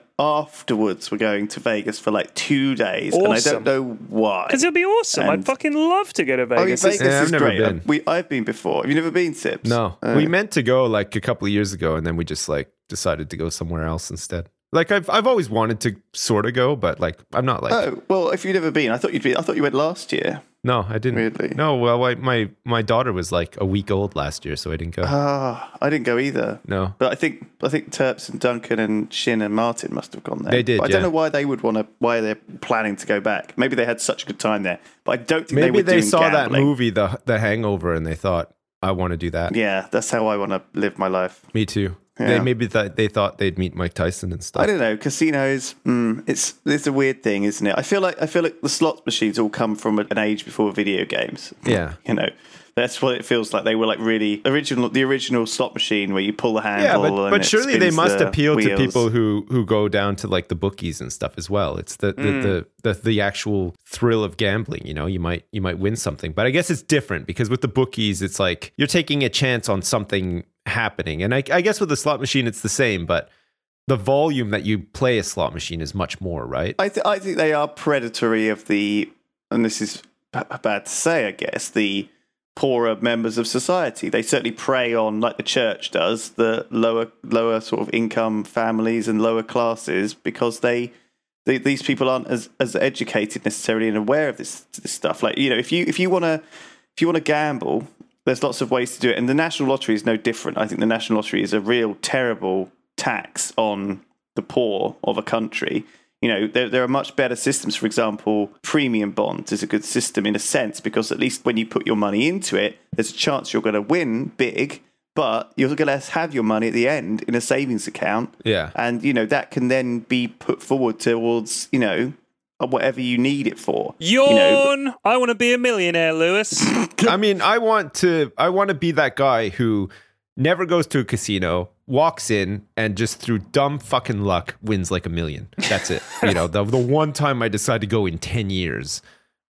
A: afterwards, we're going to Vegas for like two days. And I
B: Awesome.
A: don't know why.
B: Because it'll be awesome. I'd
A: And-
B: fucking love to go to
A: I mean,
B: Vegas.
A: Vegas
B: It's-
C: Yeah, I've
A: is
C: never
A: great.
C: been.
A: We, I've been before. Have you never been, Sips?
C: No,
A: Uh,
C: we meant to go like a couple of years ago, and then we just like decided to go somewhere else instead. Like I've I've always wanted to sort of go, but like I'm not like
A: Oh well, if you've never been, I thought you'd be. I thought you went last year.
C: no, I didn't.
A: Really?
C: No, well, I, my my daughter was like a week old last year, so I didn't go.
A: Ah, I didn't go either.
C: no,
A: But I think I think Terps and Duncan and Shin and Martin must have gone there.
C: They did,
A: But I don't
C: yeah.
A: know why they would want to. Why they're planning to go back? Maybe they had such a good time there. But I don't think they
C: maybe
A: were
C: they
A: doing
C: saw that
A: gambling.
C: movie, the The Hangover, and they thought I want to do that.
A: Yeah, that's how I want to live my life.
C: Me too. They
A: Yeah.
C: maybe th- they thought they'd meet Mike Tyson and
A: I
C: stuff.
A: don't know. Casinos, mm, it's it's a weird thing, isn't it? I feel like I feel like the slot machines all come from an age before video games.
C: Yeah.
A: you know, that's what it feels like. They were like really original, the original slot machine where you pull the
C: Yeah,
A: handle.
C: but,
A: and
C: but
A: it
C: surely they
A: spins
C: must
A: the
C: appeal to
A: wheels.
C: people who who go down to like the bookies and stuff as well. It's the the,
A: Mm.
C: the the the actual thrill of gambling. You know, you might you might win something, but I guess it's different because with the bookies, it's like you're taking a chance on something happening, and I, I guess with the slot machine, it's the same, but the volume that you play a slot machine is much more, right?
A: I, th- I think they are predatory of the, and this is b- bad to say, I guess, the poorer members of society. They certainly prey on, like the church does, the lower lower sort of income families and lower classes because they. they- These people aren't as, as educated necessarily and aware of this, this stuff. Like you know, if you if you want to if you want to gamble, there's lots of ways to do it, and the national lottery is no different. I think the national lottery is a real terrible tax on the poor of a country. You know, there, there are much better systems. For example, premium bonds is a good system in a sense because at least when you put your money into it, there's a chance you're going to win big, but you're going to have your money at the end in a savings account.
C: Yeah.
A: And, you know, that can then be put forward towards, you know, whatever you need it for.
B: Yawn!
A: You know,
B: I want to be a millionaire, Lewis.
C: I mean, I want to I want to be that guy who never goes to a casino, walks in, and just through dumb fucking luck wins like a million. That's it. you know, the the one time I decide to go in ten years,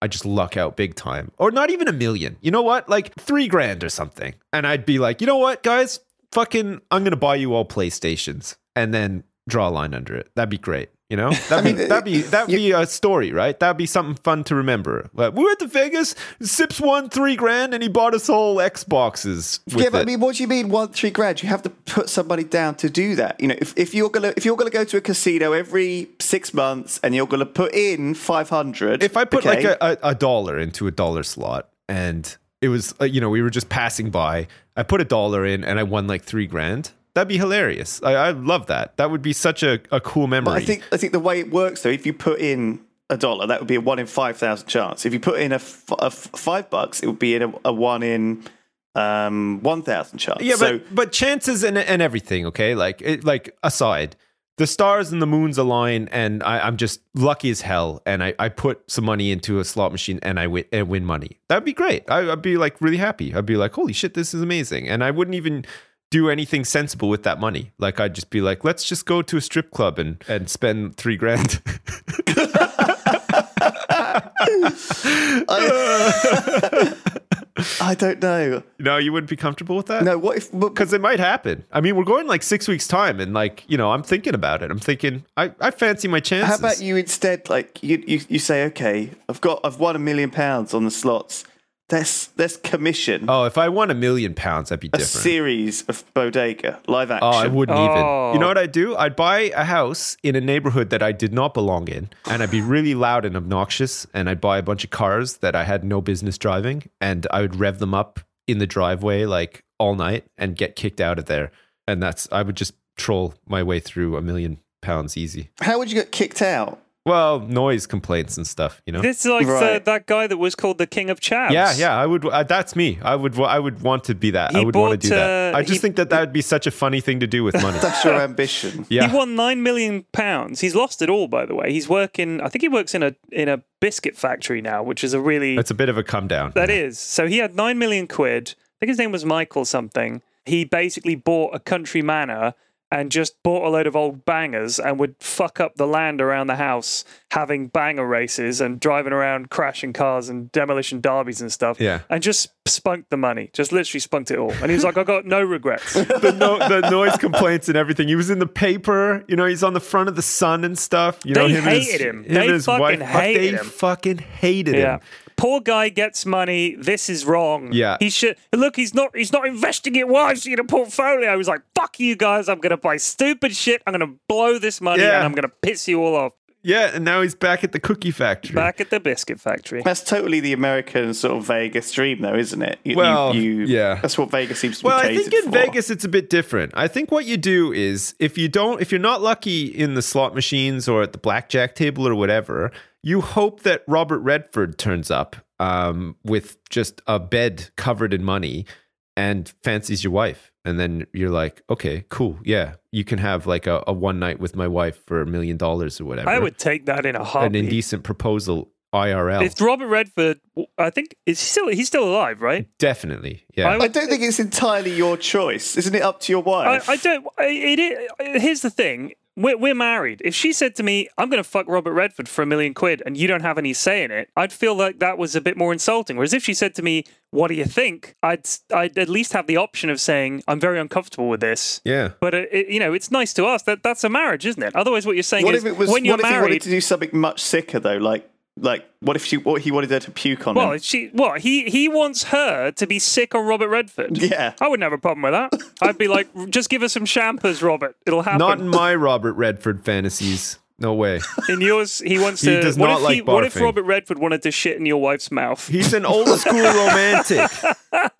C: I just luck out big time, or not even a million. You know what? Like three grand or something, and I'd be like, you know what, guys, fucking, I'm gonna buy you all PlayStations, and then draw a line under it. That'd be great. You know, that'd be that'd be that'd be a story, right? That'd be something fun to remember. Like, we were at the Vegas. Sips won three grand, and he bought us all Xboxes. With
A: yeah, but
C: it.
A: I mean, what do you mean one three grand? You have to put somebody down to do that. You know, if, if you're gonna if you're gonna go to a casino every six months and you're gonna put in five hundred,
C: if I put like a, a, a dollar into a dollar slot and it was, uh, you know, we were just passing by, I put a dollar in and I won like three grand. That'd be hilarious. I, I love that. That would be such a, a cool memory.
A: I think I think the way it works though, if you put in a dollar, that would be a one in five thousand chance. If you put in a, f- a f- five bucks, it would be in a, a one in um one thousand chance.
C: yeah,
A: so,
C: but, but chances and, and everything, okay? Like, it, like aside, the stars and the moons align and I, I'm just lucky as hell. And I, I put some money into a slot machine and I win, and win money. That'd be great. I, I'd be like really happy. I'd be like, holy shit, this is amazing. And I wouldn't even do anything sensible with that money. Like I'd just be like, let's just go to a strip club and, and spend three grand.
A: I don't know.
C: no, you wouldn't be comfortable with that?
A: No, what if what-
C: because it might happen. I mean, we're going like six weeks time, and like you know, I'm thinking about it. I'm thinking, I, I fancy my chances.
A: How about you instead? Like you, you, you say, okay, I've got, I've won a million pounds on the slots. Let's let's commission
C: Oh, if I won a million pounds, that'd be
A: a
C: different.
A: series of bodega live action.
C: oh, I wouldn't
B: Oh.
C: even. You know what I'd do? I'd buy a house in a neighborhood that I did not belong in, and I'd be really loud and obnoxious, and I'd buy a bunch of cars that I had no business driving, and I would rev them up in the driveway like all night and get kicked out of there. And that's I would just troll my way through a million pounds easy.
A: How would you get kicked out?
C: Well, noise complaints and stuff, you know.
B: this is like the,
A: Right.
B: that guy that was called the King of Chavs.
C: Yeah, yeah, I would. Uh, that's me. I would. I would want to be that. I
B: He
C: would want
B: bought,
C: to do that.
B: uh,
C: I just
B: he-
C: think that that would be such a funny thing to do with money.
A: That's your ambition.
C: Yeah,
B: He won nine million pounds. He's lost it all, by the way. He's working. I think he works in a in a biscuit factory now, which is a really
C: that's a bit of a come down.
B: That is. So he had nine million quid. I think his name was Michael something. He basically bought a country manor and just bought a load of old bangers and would fuck up the land around the house having banger races and driving around crashing cars and demolition derbies and stuff.
C: Yeah.
B: And just spunked the money, just literally spunked it all. And he was like, I got no regrets.
C: the, no, the noise complaints and everything. He was in the paper. You know, he's on the front of the Sun and stuff. You know,
B: They
C: him and his-
B: hated him.
C: and
B: They
C: his
B: fucking
C: wife, but
B: hated
C: they
B: him.
C: fucking hated
B: Yeah.
C: him.
B: Poor guy gets money. This is wrong.
C: Yeah.
B: He should look. He's not. He's not investing it wisely in a portfolio. He's like, "Fuck you guys. I'm gonna buy stupid shit. I'm gonna blow this money,
C: Yeah.
B: and I'm gonna piss you all off."
C: Yeah, and now he's back at the cookie factory.
B: Back at the biscuit factory.
A: That's totally the American sort of Vegas dream, though, isn't it? You- you-
C: Well,
A: you-
C: yeah.
A: That's what Vegas seems to
C: well,
A: be
C: I
A: catered
C: think in
A: for.
C: Vegas it's a bit different. I think what you do is if you don't, if you're not lucky in the slot machines or at the blackjack table or whatever, you hope that Robert Redford turns up um, with just a bed covered in money and fancies your wife. And then you're like, okay, cool. Yeah. You can have like a, a one night with my wife for a million dollars or whatever.
B: I would take that in a
C: an
B: heartbeat.
C: indecent proposal IRL.
B: If Robert Redford, I think is he still he's still alive, right?
C: Definitely. Yeah.
B: I would-
A: I don't think it's entirely your choice, isn't it? Up to your
B: I,
A: wife.
B: I don't. I, it, it, here's the thing. We're, we're married. If she said to me, I'm going to fuck Robert Redford for a million quid and you don't have any say in it, I'd feel like that was a bit more insulting. Whereas if she said to me, What do you think? I'd, I'd at least have the option of saying, I'm very uncomfortable with this.
C: yeah.
B: But, it, it- you know, it's nice to us. That, that's a marriage, isn't it? Otherwise, what you're saying
A: What
B: is
A: if it was?
B: when you're
A: what if he wanted
B: married.
A: to do something much sicker though? Like, like what if she? What he wanted her to puke on
B: Well,
A: him?
B: she what he he wants her to be sick on Robert Redford.
A: Yeah.
B: I wouldn't have a problem with that. I'd be like, just give her some champers, Robert. It'll happen.
C: Not in my Robert Redford fantasies. No way.
B: In yours, he wants
C: He
B: to.
C: does
B: what
C: not
B: if
C: like
B: he, What if
C: barfing.
B: Robert Redford wanted to shit in your wife's mouth? He,
C: He's an old school romantic.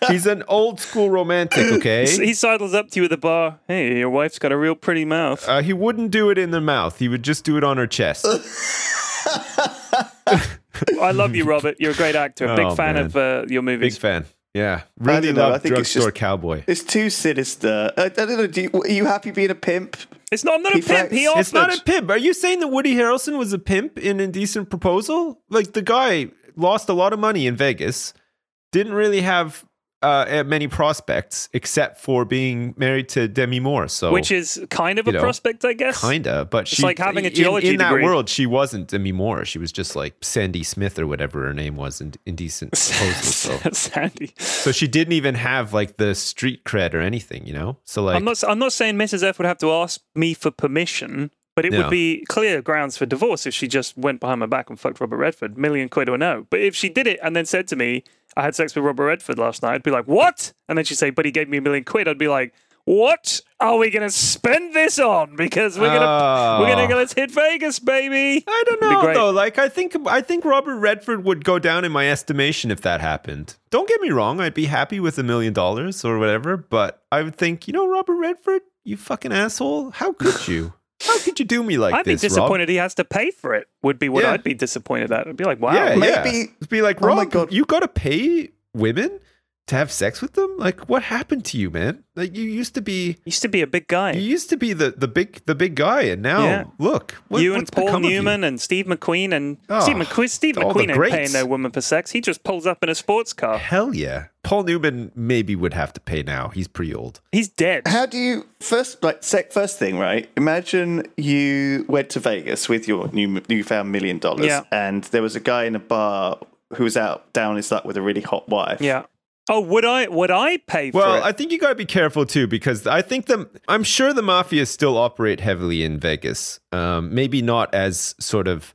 C: He's an old school romantic, okay?
B: sidles up to you at the bar. Hey, your wife's got a real pretty mouth.
C: Uh, he wouldn't do it in the mouth. He would just do it on her chest.
B: I love you, Robert. You're a great actor. Big
C: Oh,
B: fan
C: man.
B: of uh, your
C: Big
B: movies.
C: fan. Yeah. Really
A: don't know. I
C: love
A: think it's
C: drugstore
A: just-
C: cowboy.
A: It's too sinister. Uh, I, I don't know. Do you, are you happy being a pimp?
B: It's not. I'm not a
A: He
B: pimp.
A: flex-
B: He offered.
C: It's not a pimp. Are you saying that Woody Harrelson was a pimp in Indecent Proposal? Like the guy lost a lot of money in Vegas, didn't really have uh, many prospects except for being married to Demi Moore. So
B: which is kind of a
C: You know,
B: prospect, I guess.
C: kinda but she's
B: like having a
C: in,
B: geology
C: in that
B: degree.
C: world she wasn't demi moore she was just like sandy smith or whatever her name was in indecent proposal so.
B: Sandy.
C: so she didn't even have like the street cred or anything you know so like
B: I'm not. I'm not saying Mrs. F would have to ask me for permission, but it
C: Yeah.
B: would be clear grounds for divorce if she just went behind my back and fucked Robert Redford, million quid or no. But if she did it and then said to me, "I had sex with Robert Redford last night," I'd be like, "What?" And then she'd say, "But he gave me a million quid." I'd be like, "What are we gonna spend this on? Because we're gonna we're gonna
C: Oh.
B: go let's hit Vegas, baby."
C: i don't
B: It'd be
C: know
B: great.
C: though like i think i think robert redford would go down in my estimation if that happened don't get me wrong i'd be happy with a million dollars or whatever but i would think you know robert redford you fucking asshole how could you how could you do me like
B: I'd be
C: this Rob?
B: disappointed he has to pay for it. Would be what
C: Yeah.
B: I'd be disappointed at. I'd be like, "Wow,
C: Yeah,
A: Maybe-
C: yeah. It'd be like,
A: Oh
C: Rob,
A: my God.
C: you got to pay women to have sex with them. Like, what happened to you, man? Like, you used to be,
B: used to be a big guy."
C: you used to be the the big the big guy, and now
B: Yeah.
C: look, what,
B: you and
C: what's
B: Paul
C: become of you?
B: Newman and Steve McQueen and
C: Oh,
B: Steve McQueen. Steve
C: all the
B: McQueen ain't
C: greats.
B: paying no woman for sex. He just pulls up in a sports car.
C: Hell yeah, Paul Newman maybe would have to pay now. He's pretty old.
B: He's dead.
A: How do you first like sec first thing right? Imagine you went to Vegas with your new newfound million dollars,
B: Yeah.
A: and there was a guy in a bar who was out down on his luck with a really hot wife.
B: Yeah. Oh, would I? Would I pay for
C: Well,
B: it?
C: I think you got to be careful too, because I think the I'm sure the mafia still operate heavily in Vegas. Um, maybe not as sort of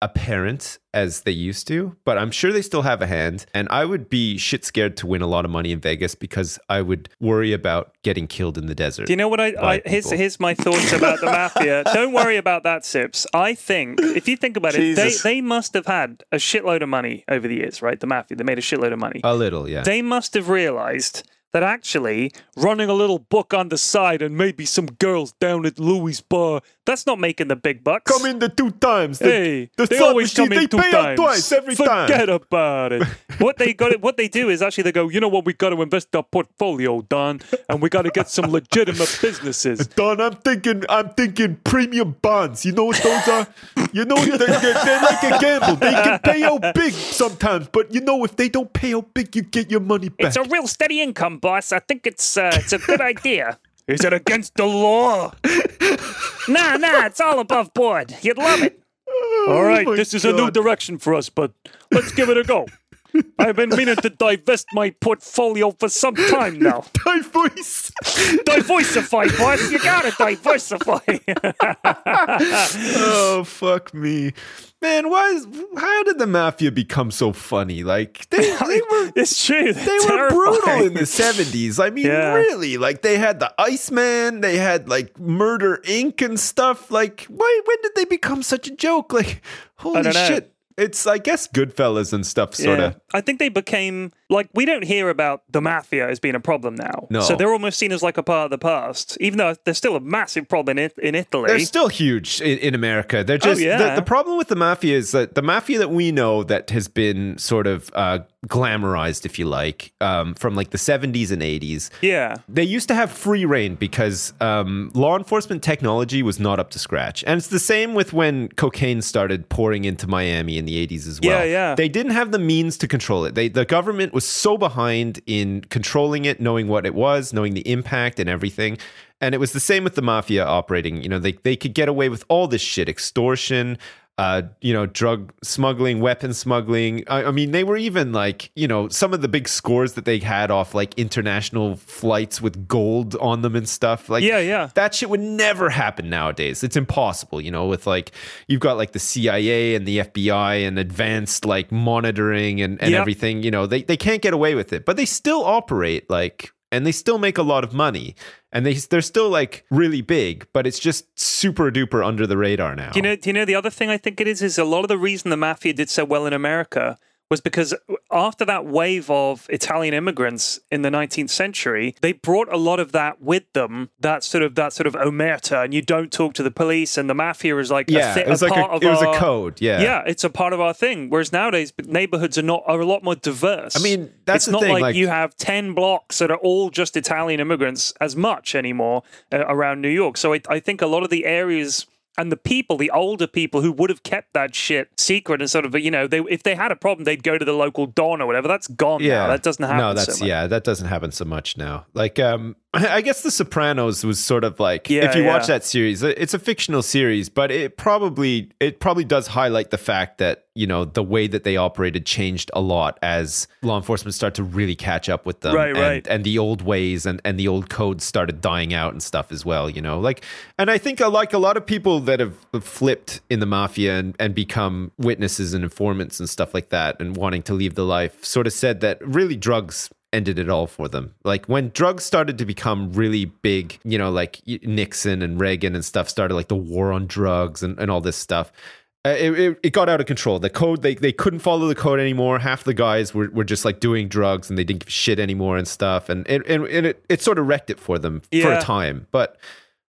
C: apparent as they used to, but I'm sure they still have a hand. And I would be shit scared to win a lot of money in Vegas because I would worry about getting killed in the desert.
B: do you know what I, I
C: White
B: here's
C: people.
B: here's my thoughts about the mafia. Don't worry about that, Sips. I think if you think about it, they,
A: Jesus.
B: they must have had a shitload of money over the years, right? The mafia. They made a shitload of money.
C: a little, yeah.
B: they must have realized that actually running a little book on the side and maybe some girls down at Louis Bar, that's not making the big bucks.
C: come in the two times.
B: Hey,
C: the
B: they
C: slot
B: always
C: machine,
B: come in
C: they
B: two
C: pay out
B: times.
C: twice every time.
B: Forget about it. What they got, what they do is actually they go, you know what, we got to invest our portfolio, Don, and we got to get some legitimate businesses.
C: Don, I'm thinking, I'm thinking premium bonds. You know what those are? You know they're, they're, they're like a gamble. They can pay out big sometimes, but you know if they don't pay out big, you get your money back.
B: It's a real steady income, boss. I think it's uh, it's a good idea. Is it against the law? nah, nah, it's all above board. You'd love it. All right,
C: Oh my
B: this is a new
C: God.
B: direction for us, but let's give it a go. I've been meaning to divest my portfolio for some time now.
C: My voice.
B: Diversify, boss. You gotta diversify.
C: oh fuck me, man! Why? Is, how did the mafia become so funny? Like they, they were
B: it's true.
C: they were brutal in the 70s. I mean,
B: Yeah.
C: really, like they had the Iceman, they had like Murder Inc. and stuff. Like, why, when did they become such a joke? Like, holy
B: don't know.
C: shit. It's, I guess, Goodfellas and stuff, sort
B: Yeah.
C: of.
B: I think they became like we don't hear about the mafia as being a problem now.
C: No.
B: So they're almost seen as like a part of the past, even though they're still a massive problem in, in Italy.
C: They're still huge in, in America. They're just
B: Eh? yeah.
C: the, the problem with the mafia is that the mafia that we know that has been sort of uh, glamorized, if you like, um, from like the 70s and 80s.
B: yeah.
C: they used to have free reign because um, law enforcement technology was not up to scratch. And it's the same with when cocaine started pouring into Miami in the 80s as well.
B: Yeah, yeah.
C: They didn't have the means to control it. They, the government was so behind in controlling it, knowing what it was, knowing the impact and everything. And it was the same with the mafia operating. You know, they, they could get away with all this shit extortion, uh, you know, drug smuggling, weapon smuggling. I, I mean, they were even like, you know, some of the big scores that they had off like international flights with gold on them and stuff. Like,
B: Yeah, yeah.
C: that shit would never happen nowadays. It's impossible, you know, with like, you've got like the CIA and the FBI and advanced like monitoring and, and
B: Yep.
C: everything, you know, they, they can't get away with it, but they still operate like, and they still make a lot of money and they, they're still like really big, but it's just super duper under the radar now.
B: Do you know? Do you know the other thing I think it is is a lot of the reason the mafia did so well in America was because after that wave of Italian immigrants in the 19th century, they brought a lot of that with them. That sort of that sort of omerta, and you don't talk to the police, and the mafia is like
C: yeah,
B: a thi-
C: it was
B: a
C: like
B: part
C: a,
B: of
C: it was
B: our-
C: a code. Yeah.
B: Yeah, it's a part of our thing. Whereas nowadays, neighborhoods are not are a lot more diverse. I
C: mean,
B: it's
C: that's the
B: not
C: thing,
B: like,
C: like-
B: you have ten blocks that are all just Italian immigrants as much anymore uh, around New York. So I, I think a lot of the areas and the people, the older people who would have kept that shit secret and sort of you know, they if they had a problem, they'd go to the local don or whatever. That's gone. Yeah,
C: Yeah,
B: now. that doesn't happen.
C: No, that's
B: so much.
C: yeah, that doesn't happen so much now. Like, um, I guess The Sopranos was sort of like
B: Yeah,
C: if you watch
B: yeah.
C: that series, it- it's a fictional series, but it probably it probably does highlight the fact that you know the way that they operated changed a lot as law enforcement started to really catch up with them,
B: Right,
C: and,
B: right.
C: and the old ways and and the old codes started dying out and stuff as well. You know, like, and I think uh, like a lot of people that have flipped in the mafia and and become witnesses and informants and stuff like that, and wanting to leave the life, sort of said that really drugs ended it all for them. Like when drugs started to become really big, you know, like Nixon and Reagan and stuff started like the war on drugs and, and all this stuff. Uh, It, it, it got out of control. The code, they, they couldn't follow the code anymore. Half the guys were, were just like doing drugs and they didn't give a shit anymore and stuff. And, and, and it, it sort of wrecked it for them for
B: Yeah.
C: a time. But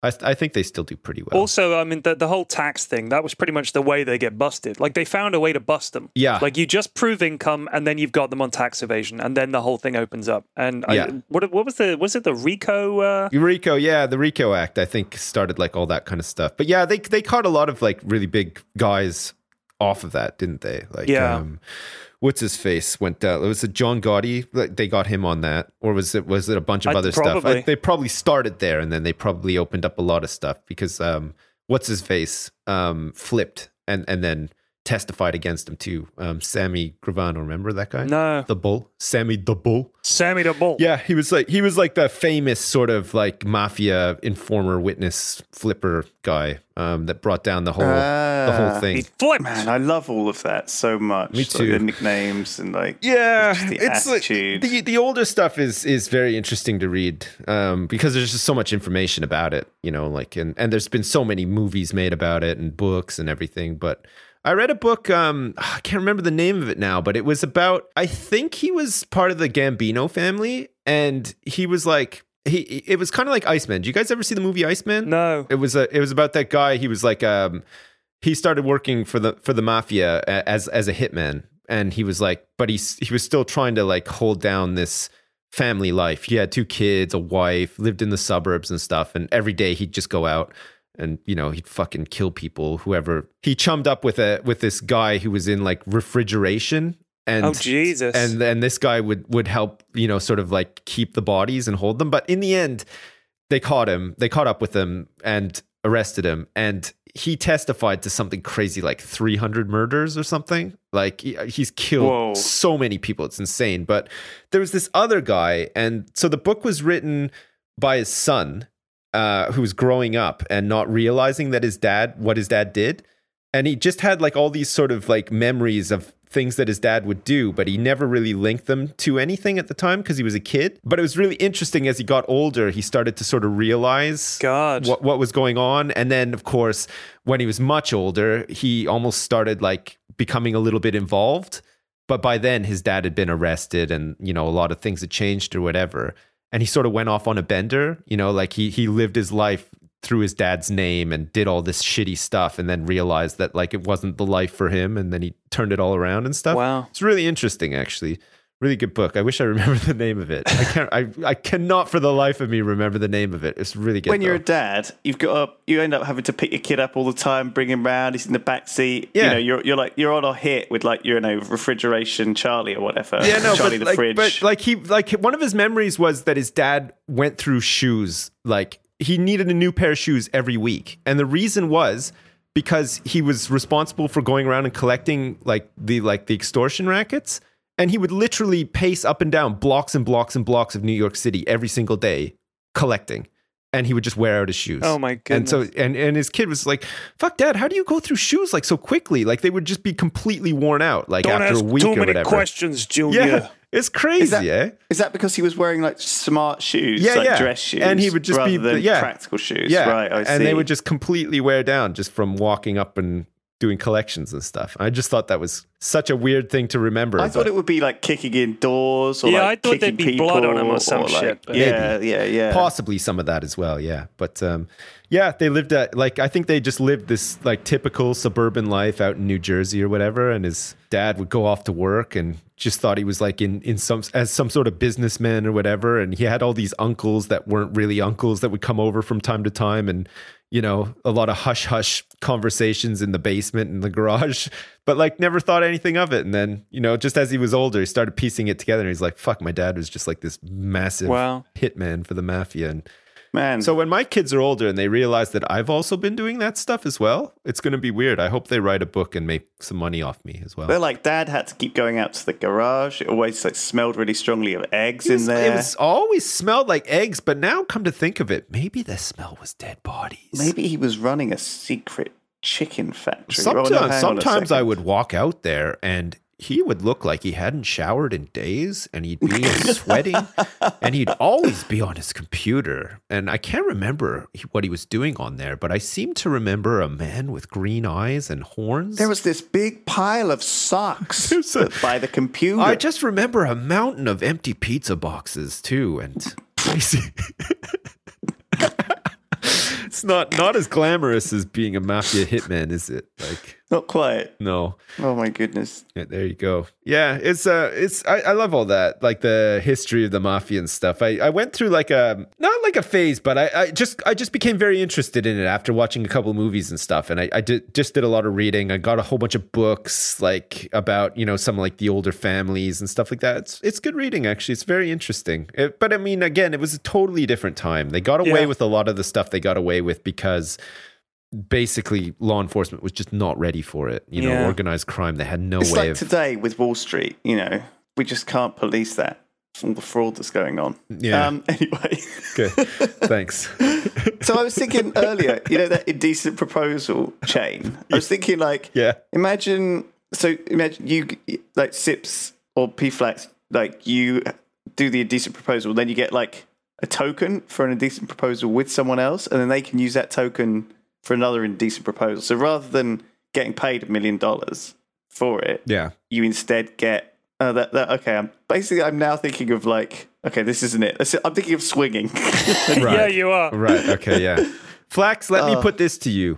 C: I, I think they still do pretty well.
B: Also, I mean, the, the whole tax thing, that was pretty much the way they get busted. Like, they found a way to bust them.
C: Yeah.
B: Like, you just prove income and then you've got them on tax evasion, and then the whole thing opens up. And I,
C: Yeah.
B: what, what was the, was it the RICO? Uh,
C: Rico, yeah, the Rico Act, I think, started like all that kind of stuff. But yeah, they they caught a lot of like really big guys off of that, didn't they? Like,
B: Yeah.
C: um, what's his face went down? It was it John Gotti. Like, they got him on that, or was it was it a bunch of
B: I-
C: other stuff?
B: probably.
C: I, they probably started there, and then they probably opened up a lot of stuff because um, what's his face um flipped and and then testified against him too. Um, Sammy Gravano, remember that guy?
B: no.
C: The bull, Sammy the bull.
B: Sammy the Bull.
C: Yeah, he was like he was like the famous sort of like mafia informer witness flipper guy um, that brought down the whole the
A: Ah.
C: whole
B: He
C: thing.
B: flipped.
A: Man, I love all of that so much.
C: Me
A: Like,
C: too.
A: the nicknames and like
C: Yeah,
A: Just the
C: it's like,
A: attitude.
C: the the older stuff is is very interesting to read um, because there's just so much information about it, you know. Like and and there's been so many movies made about it and books and everything. But I read a book, um, I can't remember the name of it now, but it was about I think he was part of the Gambino family, and he was like he it was kind of like Iceman. Do you guys ever see the movie Iceman?
B: No.
C: it was a it was about that guy he was like um he started working for the for the mafia a- as as a hitman and he was like but he's he was still trying to like hold down this family life he had two kids a wife lived in the suburbs and stuff and every day he'd just go out and you know he'd fucking kill people whoever he chummed up with a with this guy who was in like refrigeration and
B: Oh, Jesus.
C: and and this guy would would help you know sort of like keep the bodies and hold them but in the end they caught him. They caught up with him and arrested him. And he testified to something crazy like 300 murders or something. Like he- uh, he's killed
A: Whoa.
C: so many people. It's insane. But there was this other guy. And so the book was written by his son, uh, who was growing up and not realizing that his dad, what his dad did. And he just had like all these sort of like memories of things that his dad would do, but he never really linked them to anything at the time because he was a kid. But it was really interesting as he got older, he started to sort of realize
B: God.
C: what what was going on and then of course when he was much older he almost started like becoming a little bit involved but by then his dad had been arrested and you know a lot of things had changed or whatever and he sort of went off on a bender you know like he he lived his life through his dad's name and did all this shitty stuff and then realized that like it wasn't the life for him and then he turned it all around and stuff
B: Wow.
C: it's really interesting actually really good book i wish i remember the name of it i can't i, I cannot for the life of me remember the name of it it's really good
A: when you're
C: though.
A: a dad, you've got up. You end up having to pick your kid up all the time, bring him round. He's in the back seat.
C: Yeah.
A: You know, you're you're like you're on a hit with like you know refrigeration Charlie or whatever.
C: Yeah, no,
A: Charlie
C: but,
A: the
C: like,
A: fridge.
C: but like he like one of his memories was that his dad went through shoes. Like he needed a new pair of shoes every week, and the reason was because he was responsible for going around and collecting like the like the extortion rackets. And he would literally pace up and down blocks and blocks and blocks of New York City every single day collecting. And he would just wear out his shoes.
B: Oh my
C: And so
B: goodness.
C: and and his kid was like, "Fuck, dad, how do you go through shoes like so quickly? Like they would just be completely worn out, like
B: Don't
C: after
B: ask
C: a week
B: too
C: or
B: many
C: whatever."
B: questions, Junior.
C: Yeah, it's crazy,
A: Is that-
C: eh?
A: Is that because he was wearing like smart shoes,
C: Yeah,
A: like
C: yeah.
A: dress shoes,
C: And he would just
A: rather
C: be-
A: than
C: yeah.
A: practical shoes?
C: Yeah,
A: right. I
C: and
A: see.
C: they would just completely wear down just from walking up and doing collections and stuff. I just thought that was such a weird thing to remember.
A: I thought
C: but-
A: it would be like kicking in doors or
B: Yeah,
A: like
B: I thought there'd
A: kicking
B: be blood on
A: people
B: him or some
A: like-
B: shit, but-
A: Yeah, yeah, yeah.
C: possibly some of that as well yeah but um yeah they lived at like i think they just lived this like typical suburban life out in new jersey or whatever and his dad would go off to work and just thought he was like in in some as some sort of businessman or whatever and he had all these uncles that weren't really uncles that would come over from time to time and you know a lot of hush hush conversations in the basement and the garage but like never thought anything of it and then you know just as he was older he started piecing it together and he's like fuck my dad was just like this massive
B: Wow.
C: hitman for the mafia. And
A: man.
C: so when my kids are older and they realize that I've also been doing that stuff as well, it's going to be weird. I hope they write a book and make some money off me as well.
A: But like dad had to keep going out to the garage. It always like smelled really strongly of eggs
C: it, was,
A: in there.
C: it was always smelled like eggs, but now come to think of it, maybe the smell was dead bodies.
A: Maybe he was running a secret chicken factory. Oh, no,
C: Sometimes,
A: hang on a
C: sometimes I
A: second.
C: would walk out there and he would look like he hadn't showered in days and he'd be sweating and he'd always be on his computer. And I can't remember he- what he was doing on there, but I seem to remember a man with green eyes and horns.
A: There was this big pile of socks
C: There's a-
A: by the computer.
C: I just remember a mountain of empty pizza boxes too, and it's not not as glamorous as being a mafia hitman, is it? Like,
A: Not quite.
C: no.
A: Oh my goodness.
C: Yeah, there you go. Yeah, it's uh it's I, I love all that, like the history of the mafia and stuff. I, I went through like a not like a phase, but I, I just I just became very interested in it after watching a couple of movies and stuff. And I, I did just did a lot of reading. I got a whole bunch of books like about, you know, some like the older families and stuff like that. It's it's good reading actually. It's very interesting. It, but I mean again, it was a totally different time. They got away
B: Yeah.
C: with a lot of the stuff they got away with because basically law enforcement was just not ready for it. You know,
B: Yeah.
C: organized crime. They had no
A: It's
C: way
A: like
C: of
A: today with Wall Street, you know, we just can't police that. All the fraud that's going on.
C: Yeah.
A: Um, anyway,
C: Okay. Thanks.
A: so I was thinking earlier, you know, that indecent proposal chain. I was thinking, like,
C: Yeah.
A: imagine so imagine you like sips or pflax like you do the indecent proposal then you get like a token for an indecent proposal with someone else and then they can use that token for another indecent proposal so rather than getting paid a million dollars for it
C: Yeah.
A: you instead get oh that, that okay i'm basically i'm now thinking of like okay this isn't it That's it. i'm thinking of swinging
B: Yeah, you are.
C: Right. Okay. Yeah. Uh. Flax, let me put this to you.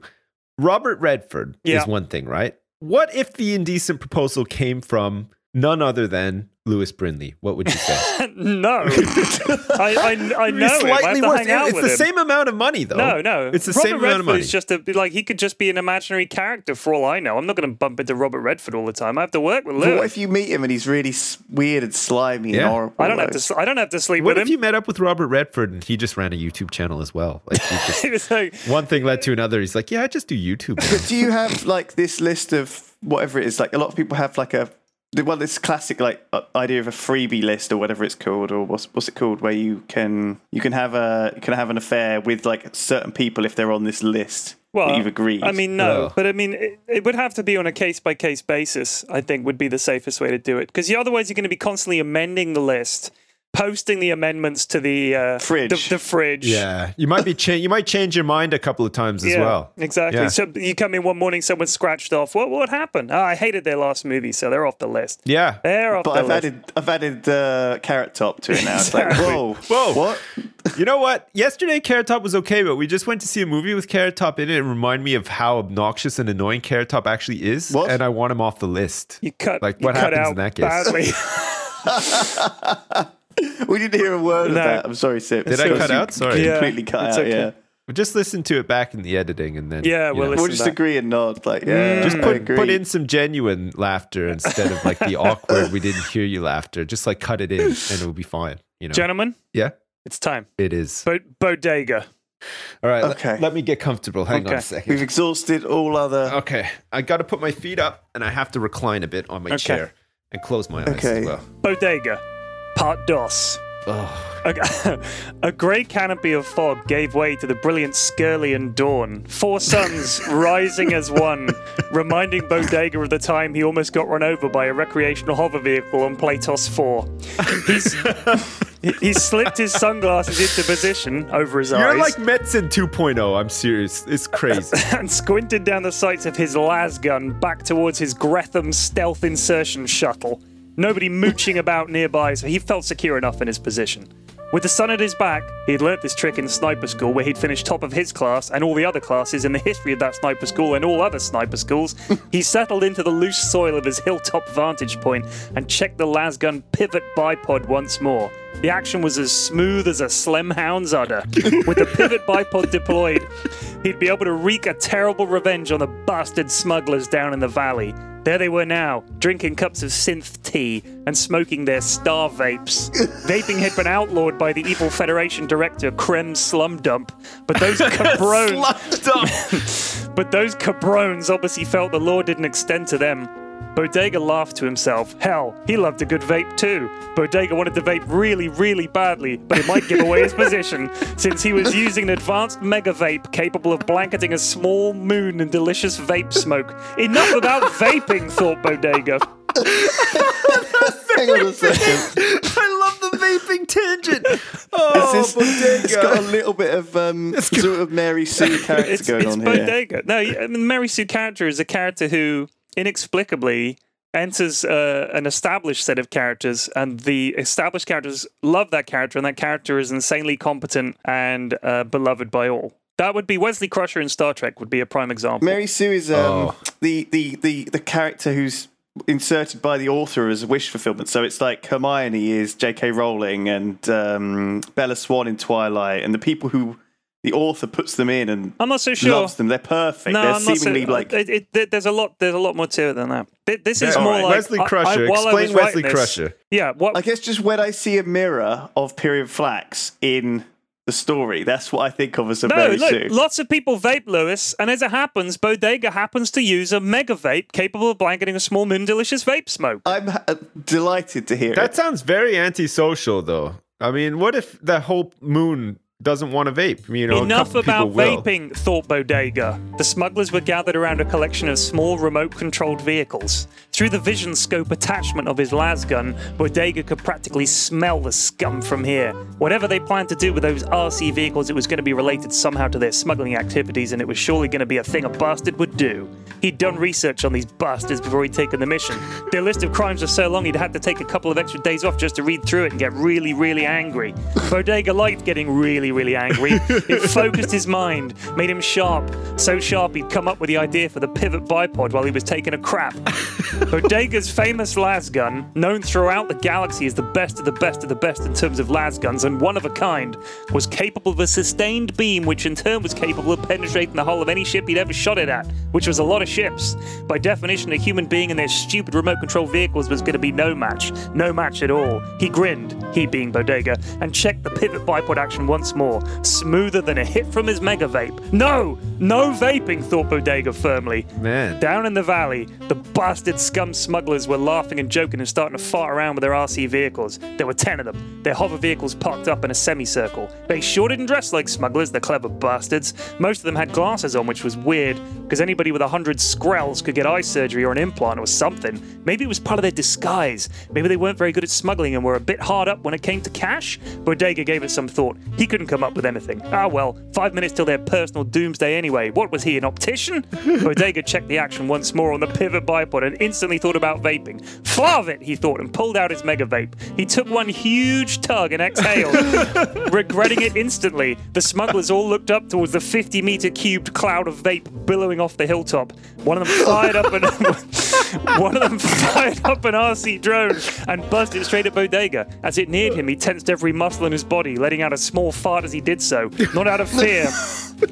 C: Robert Redford
B: Yeah.
C: is one thing, right? What if the indecent proposal came from none other than Lewis Brinley. What would you say?
B: no, I, I, I know
C: It's
B: him. I have to hang out
C: It's
B: with
C: the
B: him.
C: same amount of money, though.
B: No, no.
C: It's the
B: Robert
C: same amount of money.
B: Redford's just a like he could just be an imaginary character for all I know. I'm not going to bump into Robert Redford all the time. I have to work with
A: But what
B: Lewis.
A: if you meet him and he's really s- weird and slimy
C: Yeah.
A: and horrible?
B: I don't have
A: though?
B: to. s- I don't have to sleep
C: What
B: with
C: if
B: him.
C: you met up with Robert Redford and he just ran a YouTube channel as well? Like he just,
B: It was like,
C: one thing led to another. He's like, yeah, I just do YouTube. now."
A: But do you have like this list of whatever it is? Like a lot of people have like a the well, this classic like uh, idea of a freebie list or whatever it's called, or what's what's it called, where you can you can have a you can have an affair with like certain people if they're on this list that
B: well,
A: you've agreed.
B: I mean, no,
C: Well.
B: but I mean, it, it would have to be on a case by case basis. I think would be the safest way to do it because otherwise you're going to be constantly amending the list, posting the amendments to the uh,
A: Fridge.
B: The, the fridge.
C: yeah, you might be cha- you might change your mind a couple of times as
B: Yeah,
C: well.
B: Exactly.
C: Yeah.
B: So you come in one morning, someone scratched off. What what happened? Oh, I hated their last movie, so they're off the list.
C: Yeah.
B: They're off
A: but
B: the
A: I've
B: list.
A: added I've added uh, carrot top to it now. It's like
B: Exactly.
A: whoa,
C: Whoa.
A: what?
C: You know what? Yesterday, Carrot Top was okay, but we just went to see a movie with Carrot Top in it and remind me of how obnoxious and annoying Carrot Top actually is.
A: What?
C: And I want him off the list.
B: you cut
C: Like,
B: you
C: what
B: cut
C: happens
B: out
C: in that case?
B: badly.
A: We didn't hear a word of
B: No.
A: that. I'm sorry, Sip.
C: Did I
A: Because
C: cut
A: you
C: out? Sorry.
B: Yeah.
A: Completely cut
B: It's
A: out.
B: okay.
A: Yeah,
C: Well, Just listen to it back in the editing and then.
B: Yeah,
C: you
B: we'll
C: know.
B: listen
A: we'll just
B: back. Mm.
A: agree and nod. Like, yeah,
C: Just
A: I
C: put,
A: agree.
C: put in some genuine laughter instead of like the awkward, we didn't hear you laughter. Just like cut it in and it'll be fine. You know?
B: Gentlemen,
C: yeah,
B: it's time.
C: it is.
B: Bo- bodega.
C: All right. let-
A: Okay.
C: Let, me get comfortable. Hang on
B: Okay.
C: a second.
A: We've exhausted all other.
C: Okay. I got to put my feet up and I have to recline a bit on my
B: Okay.
C: chair and close my eyes
A: Okay.
C: as well.
B: Bodega. Part dos.
C: Oh.
B: A, a grey canopy of fog gave way to the brilliant Skirlian dawn. Four suns rising as one, reminding Bodega of the time he almost got run over by a recreational hover vehicle on Platos 4. He's, he, he slipped his sunglasses into position over his
C: You're
B: eyes
C: like Metzen 2.0. I'm serious. It's crazy.
B: and squinted down the sights of his las gun back towards his Gretham stealth insertion shuttle. Nobody mooching about nearby, so he felt secure enough in his position. With the sun at his back, he'd learnt this trick in sniper school where he'd finished top of his class and all the other classes in the history of that sniper school and all other sniper schools. he settled into the loose soil of his hilltop vantage point and checked the lasgun pivot bipod once more. The action was as smooth as a slim hound's udder. With the pivot bipod deployed, he'd be able to wreak a terrible revenge on the bastard smugglers down in the valley. There they were now, drinking cups of synth tea and smoking their star vapes. Vaping had been outlawed by the evil Federation director Krem Slumdump, but those cabrones but those cabrones obviously felt the law didn't extend to them. Bodega laughed to himself. Hell, he loved a good vape too. Bodega wanted to vape really, really badly, but it might give away his position, since he was using an advanced mega vape capable of blanketing a small moon in delicious vape smoke. Enough about vaping, thought Bodega.
A: Hang on a second.
C: I love the vaping tangent. Oh,
A: It's- it's got a little bit of um, sort of Mary Sue character
B: It's,
A: going
B: it's
A: on here.
B: Bodega. No, I mean, Mary Sue character is a character who inexplicably enters uh, an established set of characters, and the established characters love that character, and that character is insanely competent and uh, beloved by all. That would be Wesley Crusher in Star Trek would be a prime example.
A: Mary Sue is um,
C: Oh.
A: the, the the the character who's inserted by the author as a wish fulfillment. So it's like Hermione is J.K. Rowling and um, Bella Swan in Twilight, and the people who the author puts them in and
B: I'm not so sure.
A: loves them. They're perfect.
B: No,
A: They're
B: I'm not so,
A: seemingly like
B: it, it, there- there's a lot. There's a lot more to it than that. Th- This is
C: All
B: more
C: right,
B: like
C: Wesley
B: I- I-
C: Crusher.
B: while I
C: Explain
B: was writing
C: Wesley
B: this-
C: Crusher.
B: Yeah, what
A: I guess just when I see a mirror of Period Flax in the story, that's what I think of as a
B: No,
A: Mary
B: look,
A: Sue.
B: lots of people vape, Lewis, and as it happens, Bodega happens to use a mega vape capable of blanketing a small moon delicious vape smoke.
A: I'm uh, delighted to hear
C: That
A: it.
C: sounds very antisocial, though. I mean, what if the whole moon doesn't want to vape? You know, a
B: Enough
C: couple Oh, people
B: about
C: will.
B: vaping, thought Bodega. The smugglers were gathered around a collection of small remote controlled vehicles. Through the vision scope attachment of his lasgun, Bodega could practically smell the scum from here. Whatever they planned to do with those RC vehicles, it was going to be related somehow to their smuggling activities, and it was surely going to be a thing a bastard would do. He'd done research on these bastards before he'd taken the mission. Their list of crimes was so long he'd had to take a couple of extra days off just to read through it and get really, really angry. Bodega liked getting really, really angry. It focused his mind, made him sharp. So sharp he'd come up with the idea for the pivot bipod while he was taking a crap. Bodega's famous lasgun, known throughout the galaxy as the best of the best of the best in terms of lasguns and one of a kind, was capable of a sustained beam, which in turn was capable of penetrating the hull of any ship he'd ever shot it at, which was a lot of ships. By definition, a human being in their stupid remote control vehicles was going to be no match, no match at all. He grinned, he being Bodega, and checked the pivot bipod action once more, smoother than a hit from his mega vape. No, no vaping, thought Bodega firmly.
C: Man.
B: Down in the valley, the bastard scum smugglers were laughing and joking and starting to fart around with their RC vehicles. There were ten of them, their hover vehicles parked up in a semicircle. They sure didn't dress like smugglers, the clever bastards. Most of them had glasses on, which was weird, because anybody with a hundred skrells could get eye surgery or an implant or something. Maybe it was part of their disguise. Maybe they weren't very good at smuggling and were a bit hard up when it came to cash? Bodega gave it some thought. He couldn't come up with anything. Ah well, five minutes till their personal doomsday anyway. What was he, an optician? Bodega checked the action once more on the pivot bipod and instantly thought about vaping. Farve it, he thought, and pulled out his mega vape. He took one huge tug and exhaled, regretting it instantly. The smugglers all looked up towards the 50 meter cubed cloud of vape billowing off the hilltop. One of them fired up an one of them fired up an RC drone and buzzed it straight at Bodega. As it neared him, he tensed every muscle in his body, letting out a small fart as he did so, not out of fear,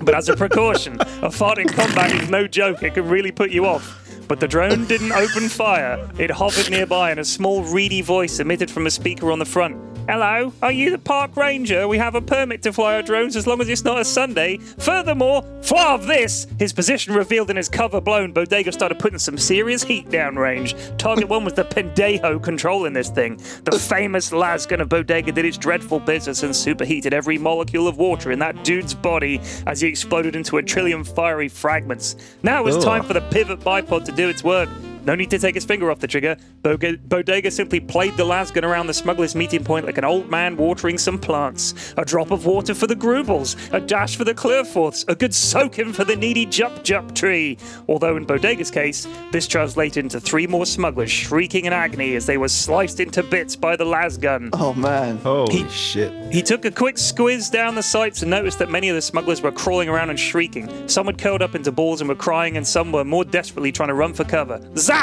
B: but as a precaution. A fart in combat is no joke; it can really put you off. But the drone didn't open fire. It hovered nearby, and a small, reedy voice emitted from a speaker on the front. Hello, are you the park ranger? We have a permit to fly our drones as long as it's not a Sunday. Furthermore, flav this! His position revealed and his cover blown, Bodega started putting some serious heat downrange. Target one was the Pendejo controlling this thing. The famous Lasgun of Bodega did its dreadful business and superheated every molecule of water in that dude's body as he exploded into a trillion fiery fragments. Now it's
C: Ugh.
B: time for the pivot bipod to do its work. No need to take his finger off the trigger. Boga- Bodega simply played the lasgun around the smuggler's meeting point like an old man watering some plants. A drop of water for the Grubels, a dash for the Clearforths, a good soaking for the needy Jup Jup tree. Although in Bodega's case, this translated into three more smugglers shrieking in agony as they were sliced into bits by the lasgun.
A: Oh man.
C: Holy shit.
B: He took a quick squiz down the sights and noticed that many of the smugglers were crawling around and shrieking. Some had curled up into balls and were crying, and some were more desperately trying to run for cover. Zap!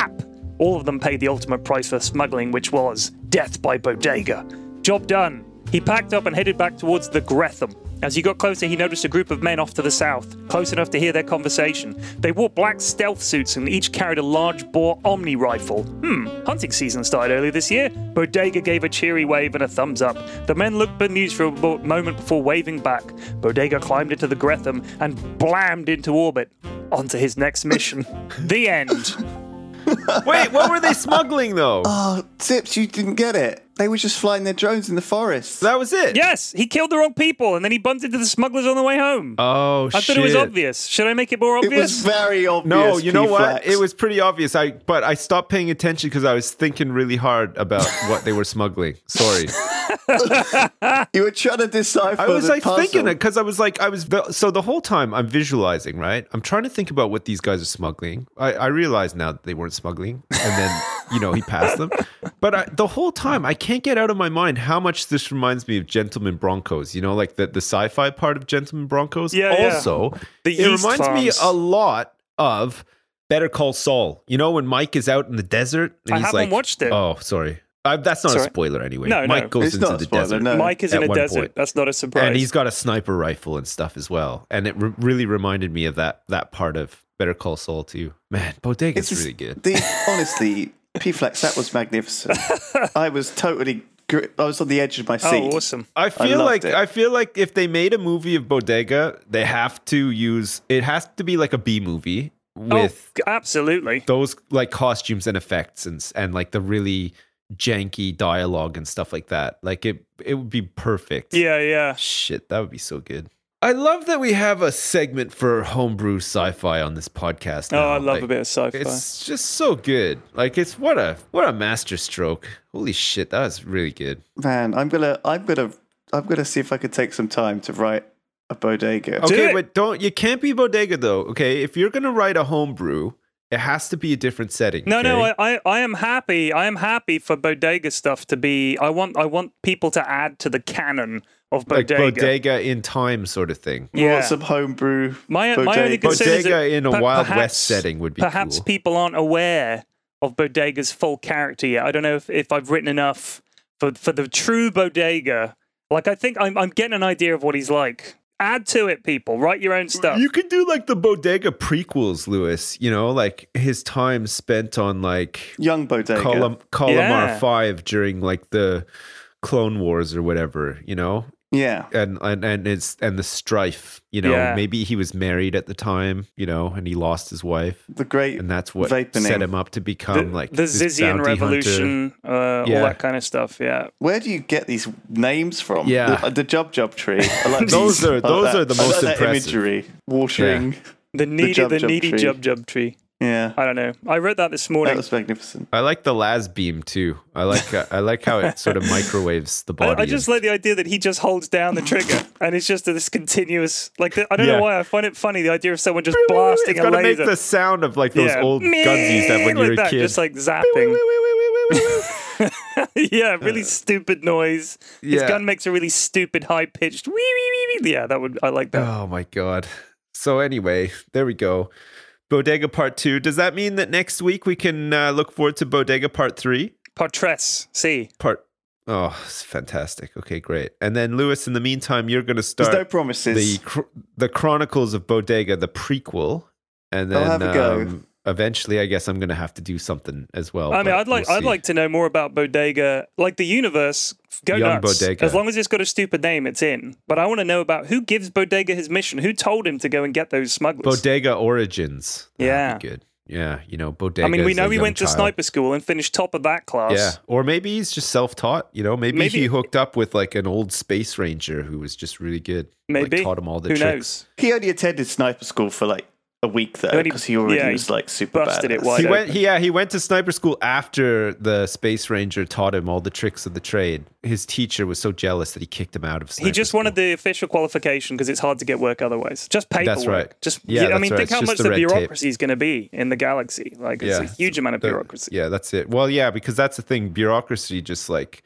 B: All of them paid the ultimate price for smuggling, which was death by bodega. Job done. He packed up and headed back towards the Gretham. As he got closer, he noticed a group of men off to the south, close enough to hear their conversation. They wore black stealth suits and each carried a large bore Omni rifle. Hmm, hunting season started early this year. Bodega gave a cheery wave and a thumbs up. The men looked bemused for a mo- moment before waving back. Bodega climbed into the Gretham and blammed into orbit. Onto his next mission. the end.
C: Wait, what were they smuggling though?
B: Uh,
A: Oh, tips, you didn't get it. They were just flying their drones in the forest.
C: that was it.
B: Yes, he killed the wrong people and then he bumped into the smugglers on the way home.
C: Oh shit.
B: I thought it was obvious. Should I make it more
A: it
B: obvious?
A: was very obvious.
C: No, you know what?
A: P-Flex.
C: It was pretty obvious. I but I stopped paying attention because I was thinking really hard about what they were smuggling. Sorry,
A: You were trying to decipher.
C: I was
A: the
C: like
A: puzzle.
C: thinking it because I was like I was the, so the whole time I'm visualizing. Right, I'm trying to think about what these guys are smuggling. I, I realize now that they weren't smuggling, and then you know he passed them. But I, the whole time I can't get out of my mind how much this reminds me of Gentleman Broncos. You know, like the the sci-fi part of Gentleman Broncos.
B: Yeah, yeah.
C: Also,
B: The
C: it
B: yeast
C: reminds me
B: farms.
C: a lot of. Better Call Saul. You know when Mike is out in the desert and
B: I
C: he's
B: haven't
C: like,
B: watched it.
C: "Oh, sorry, I, that's not
B: It's all
C: a
B: right.
C: spoiler anyway."
B: No, no.
C: Mike goes
A: It's
C: into
A: not a
C: the
A: spoiler,
C: desert,
A: no.
B: Mike is
C: at
B: in a
C: one
B: desert.
C: point.
B: That's not a surprise.
C: and he's got a sniper rifle and stuff as well. And it re- really reminded me of that that part of Better Call Saul too. Man, Bodega's
A: just-
C: really good.
A: The, honestly, P Flex, that was magnificent. I was totally. Gr- I was on the edge of my
B: oh,
A: seat.
B: awesome.
C: I feel
A: loved
C: like
A: it.
C: I feel like if they made a movie of Bodega, they have to use it has to be like a B movie with
B: oh, absolutely.
C: those like costumes and effects and s- and like the really janky dialogue and stuff like that. Like it it would be perfect.
B: Yeah, yeah.
C: Shit, that would be so good. I love that we have a segment for homebrew sci-fi on this podcast.
B: Oh,
C: now.
B: I love
C: Like,
B: a bit of sci-fi.
C: It's just so good. Like it's what a what a master stroke. Holy shit, that was really good.
A: man. I'm gonna. I'm gonna. I'm gonna see if I could take some time to write a bodega.
B: Do
C: Okay,
B: it.
C: but don't you can't be bodega though. Okay, if you're gonna write a homebrew, it has to be a different setting.
B: No, no, uh,
C: okay?
B: I, I, I am happy. I am happy for bodega stuff to be. I want, I want people to add to the canon of
C: like
B: bodega.
C: bodega in time sort of thing.
A: You
B: Yeah.
A: want some homebrew.
B: My, my
A: bodega.
B: only concern is that
C: Bodega in a
B: per-
C: Wild West
B: perhaps-
C: setting would be
B: Perhaps
C: cool.
B: people aren't aware of Bodega's full character yet. I don't know if, if I've written enough for, for the true Bodega. Like, I think I'm, I'm getting an idea of what he's like. Add to it, people. Write your own stuff.
C: You could do like the bodega prequels, Lewis. You know, like his time spent on like
A: Young Bodega.
C: Colum- Columnar
B: Yeah.
C: Five during like the Clone Wars or whatever. You know,
A: Yeah.
C: and and and it's and the strife. You know,
B: Yeah.
C: maybe he was married at the time. You know, and he lost his wife,
A: The great
C: and that's what
A: Vapening.
C: set him up to become like
B: the
C: this
B: Zizian
C: bounty hunter.
B: Revolution, uh,
C: Yeah.
B: all that kind of stuff. Yeah.
A: Where do you get these names from?
C: Yeah.
A: the, the Jub Jub tree. I like
C: Those
A: these.
C: are-
A: I like
C: those
A: that.
C: are the
A: I like
C: most
A: that
C: impressive.
A: imagery. Watering.
B: The needy, the,
A: Jub Jub
B: needy
A: tree.
B: Jub Jub tree.
A: Yeah,
B: I don't know. I wrote that this morning.
A: that was magnificent.
C: I like the las beam too. I like uh, I like how it sort of microwaves the body.
B: I, I just like the idea that he just holds down the trigger and it's just this continuous. Like the, I don't
C: Yeah.
B: know why I find it funny the idea of someone just blasting
C: it's
B: a
C: to make
B: laser.
C: the sound of like those old guns you used to have when
B: like
C: you were a
B: that,
C: kid.
B: Just like zapping. yeah, really stupid noise. His
C: Uh. yeah.
B: gun makes a really stupid high pitched. wee wee wee wee. Yeah, that would I like that.
C: oh my god. So anyway, there we go. Bodega Part Two. Does that mean that next week we can uh, look forward to Bodega Part Three?
B: Partres. See,
C: Part. Oh, it's fantastic. Okay, great. And then Lewis, in the meantime, you're going to
A: There's no
C: start the
A: promises.
C: cr- the Chronicles of Bodega, the prequel, and
A: I'll
C: then
A: have a go.
C: um, eventually, I guess I'm going to have to do something as well.
B: I mean,
C: but
B: I'd like
C: we'll
B: I'd
C: see.
B: like to know more about Bodega, like the universe. Go
C: Young
B: nuts.
C: Bodega.
B: As long as it's got a stupid name, it's in. But I want to know about who gives Bodega his mission. Who told him to go and get those smugglers?
C: Bodega Origins. That'd be
B: Yeah.
C: good. Yeah, you know, Bodega.
B: I mean, we
C: is a
B: know he
C: young
B: went to
C: child.
B: sniper school and finished top of that class.
C: Yeah, or maybe he's just self-taught. You know, maybe,
B: Maybe-
C: he hooked up with like an old space ranger who was just really good. like,
B: Maybe.
C: taught him all the
B: Who
C: tricks.
B: knows?
A: He only attended sniper school for like a week though,
B: Only-
A: because he already
B: yeah, he
A: was like super
B: busted it
A: badass.
B: wide
C: He
B: Wide
C: went. He, yeah, he went to sniper school after the space ranger taught him all the tricks of the trade. His teacher was so jealous that he kicked him out of. Sniper
B: He just
C: school.
B: wanted the official qualification because it's hard to get work otherwise. Just paperwork.
C: That's right.
B: Just
C: Yeah,
B: yeah, I
C: that's
B: mean,
C: right.
B: think
C: It's
B: how
C: just
B: much
C: the
B: the,
C: red tape.
B: bureaucracy is going to be in the galaxy. Like, it's
C: Yeah.
B: a huge amount of
C: The-
B: bureaucracy.
C: Yeah, that's it. Well, yeah, because that's the thing. Bureaucracy just like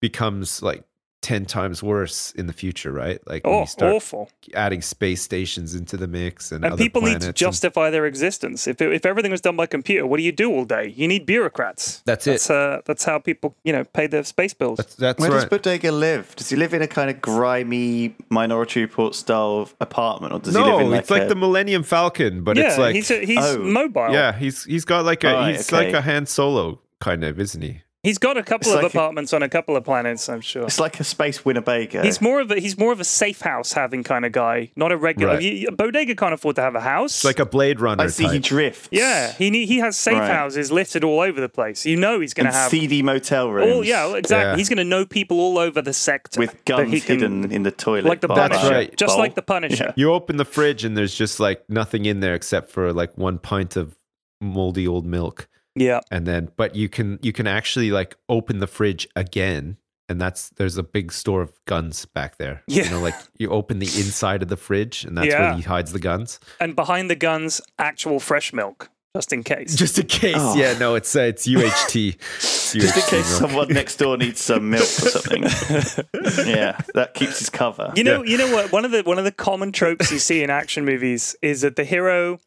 C: becomes like ten times worse in the future, right? Like when
B: Oh,
C: you start
B: awful!
C: adding space stations into the mix and,
B: And
C: other
B: people need
C: planets
B: to
C: and-
B: justify their existence. If if everything was done by computer, what do you do all day? You need bureaucrats.
C: That's it.
B: That's, uh, that's how people, you know, pay their space bills.
C: That's, that's
A: Where does
C: right.
A: Bodega live? Does he live in a kind of grimy minority report style apartment, or does he live
C: No,
A: in like
C: it's like
A: a-
C: the Millennium Falcon, but
B: yeah,
C: it's like
B: he's a, Oh, he's
A: oh.
B: mobile.
C: yeah, he's he's got like a
A: Alright,
C: he's
A: okay.
C: like a Han Solo kind of, isn't he?
B: he's got a couple
A: It's
B: of
A: like a-
B: apartments on a couple of planets. I'm sure.
A: It's like a space Winnebago.
B: He's more of a he's more of a safe house having kind of guy, not a regular.
C: Right.
B: he- Bodega can't afford to have a house.
C: Like a Blade Runner
A: I see he
C: type.
A: drifts.
B: yeah, he need, he has safe
A: Right.
B: houses littered all over the place. You know he's going
A: in
B: to have
A: seedy motel rooms.
B: all Oh, yeah exactly.
C: Yeah.
B: He's going to know people all over the sector
A: with
B: that
A: guns
B: he can-
A: hidden in the toilet,
B: like the
A: bowl.
C: That's
B: Punisher,
C: right.
B: just
A: Bowl.
B: like the Punisher.
C: you open the fridge and there's just like nothing in there except for like one pint of moldy old milk.
B: Yeah,
C: And then but you can you can actually like open the fridge again. And that's there's a big store of guns back there. You
B: Yeah.
C: know, like you open the inside of the fridge and that's where
B: Yeah.
C: he hides the guns.
B: and behind the guns, actual fresh milk, just in case.
C: Just in case.
A: Oh.
C: Yeah, no, it's uh, it's UHT. It's
A: Just in
C: UHT
A: case
C: milk.
A: someone next door needs some milk or something. yeah, that keeps his cover.
B: You know, you know what? One of the one of the common tropes you see in action movies is that the hero,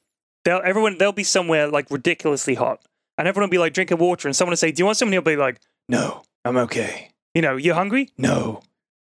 B: they'll everyone they'll be somewhere like ridiculously hot, and everyone will be like drinking water, and someone will say, "Do you want something?" He'll be like, "No, I'm okay." You know, you hungry? No.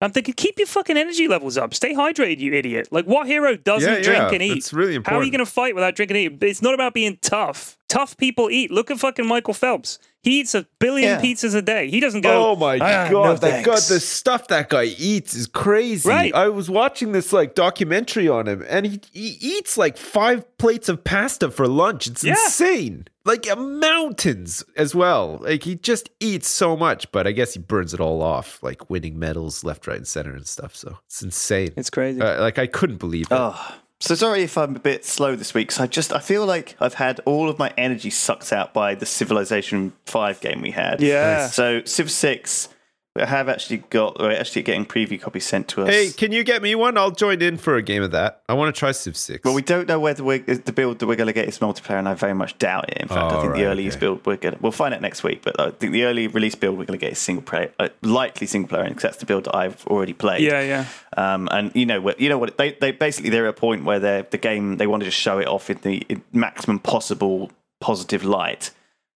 B: I'm thinking, keep your fucking energy levels up. Stay hydrated, you idiot. Like, what hero doesn't drink and eat?
C: It's really
B: How
C: important.
B: are you going to fight without drinking and eating? It's not about being tough. Tough people eat. Look at fucking Michael Phelps. He eats a billion
A: Yeah.
B: pizzas a day. He doesn't go.
C: Oh my
B: "Ah,
C: god!
B: no
C: that god,
B: thanks."
C: the stuff that guy eats is crazy.
B: Right.
C: I was watching this like documentary on him, and he, he eats like five plates of pasta for lunch. It's
B: Yeah.
C: insane. Like uh, mountains as well. Like he just eats so much, but I guess he burns it all off, like winning medals left, right, and center and stuff. So it's insane.
B: It's crazy.
C: Uh, like I couldn't believe it.
A: Oh, so sorry if I'm a bit slow this week. 'cause I just I feel like I've had all of my energy sucked out by the Civilization Five game we had.
B: Yeah. Nice.
A: So Civ Six, I have actually got. We're actually getting preview copies sent to us.
C: Hey, can you get me one? I'll join in for a game of that. I want to try Civ Six.
A: Well, we don't know whether we're, the build that we're going to get is multiplayer, and I very much doubt it. In fact, I
C: Oh,
A: think
C: right,
A: the earliest
C: okay.
A: build we're going to, we'll find out next week, but I think the early release build we're going to get is single player, uh, likely single player, because that's the build that I've already played.
B: yeah, yeah.
A: Um, and you know what? You know what? They, they basically they're at a point where they the game they wanted to show it off in the in maximum possible positive light,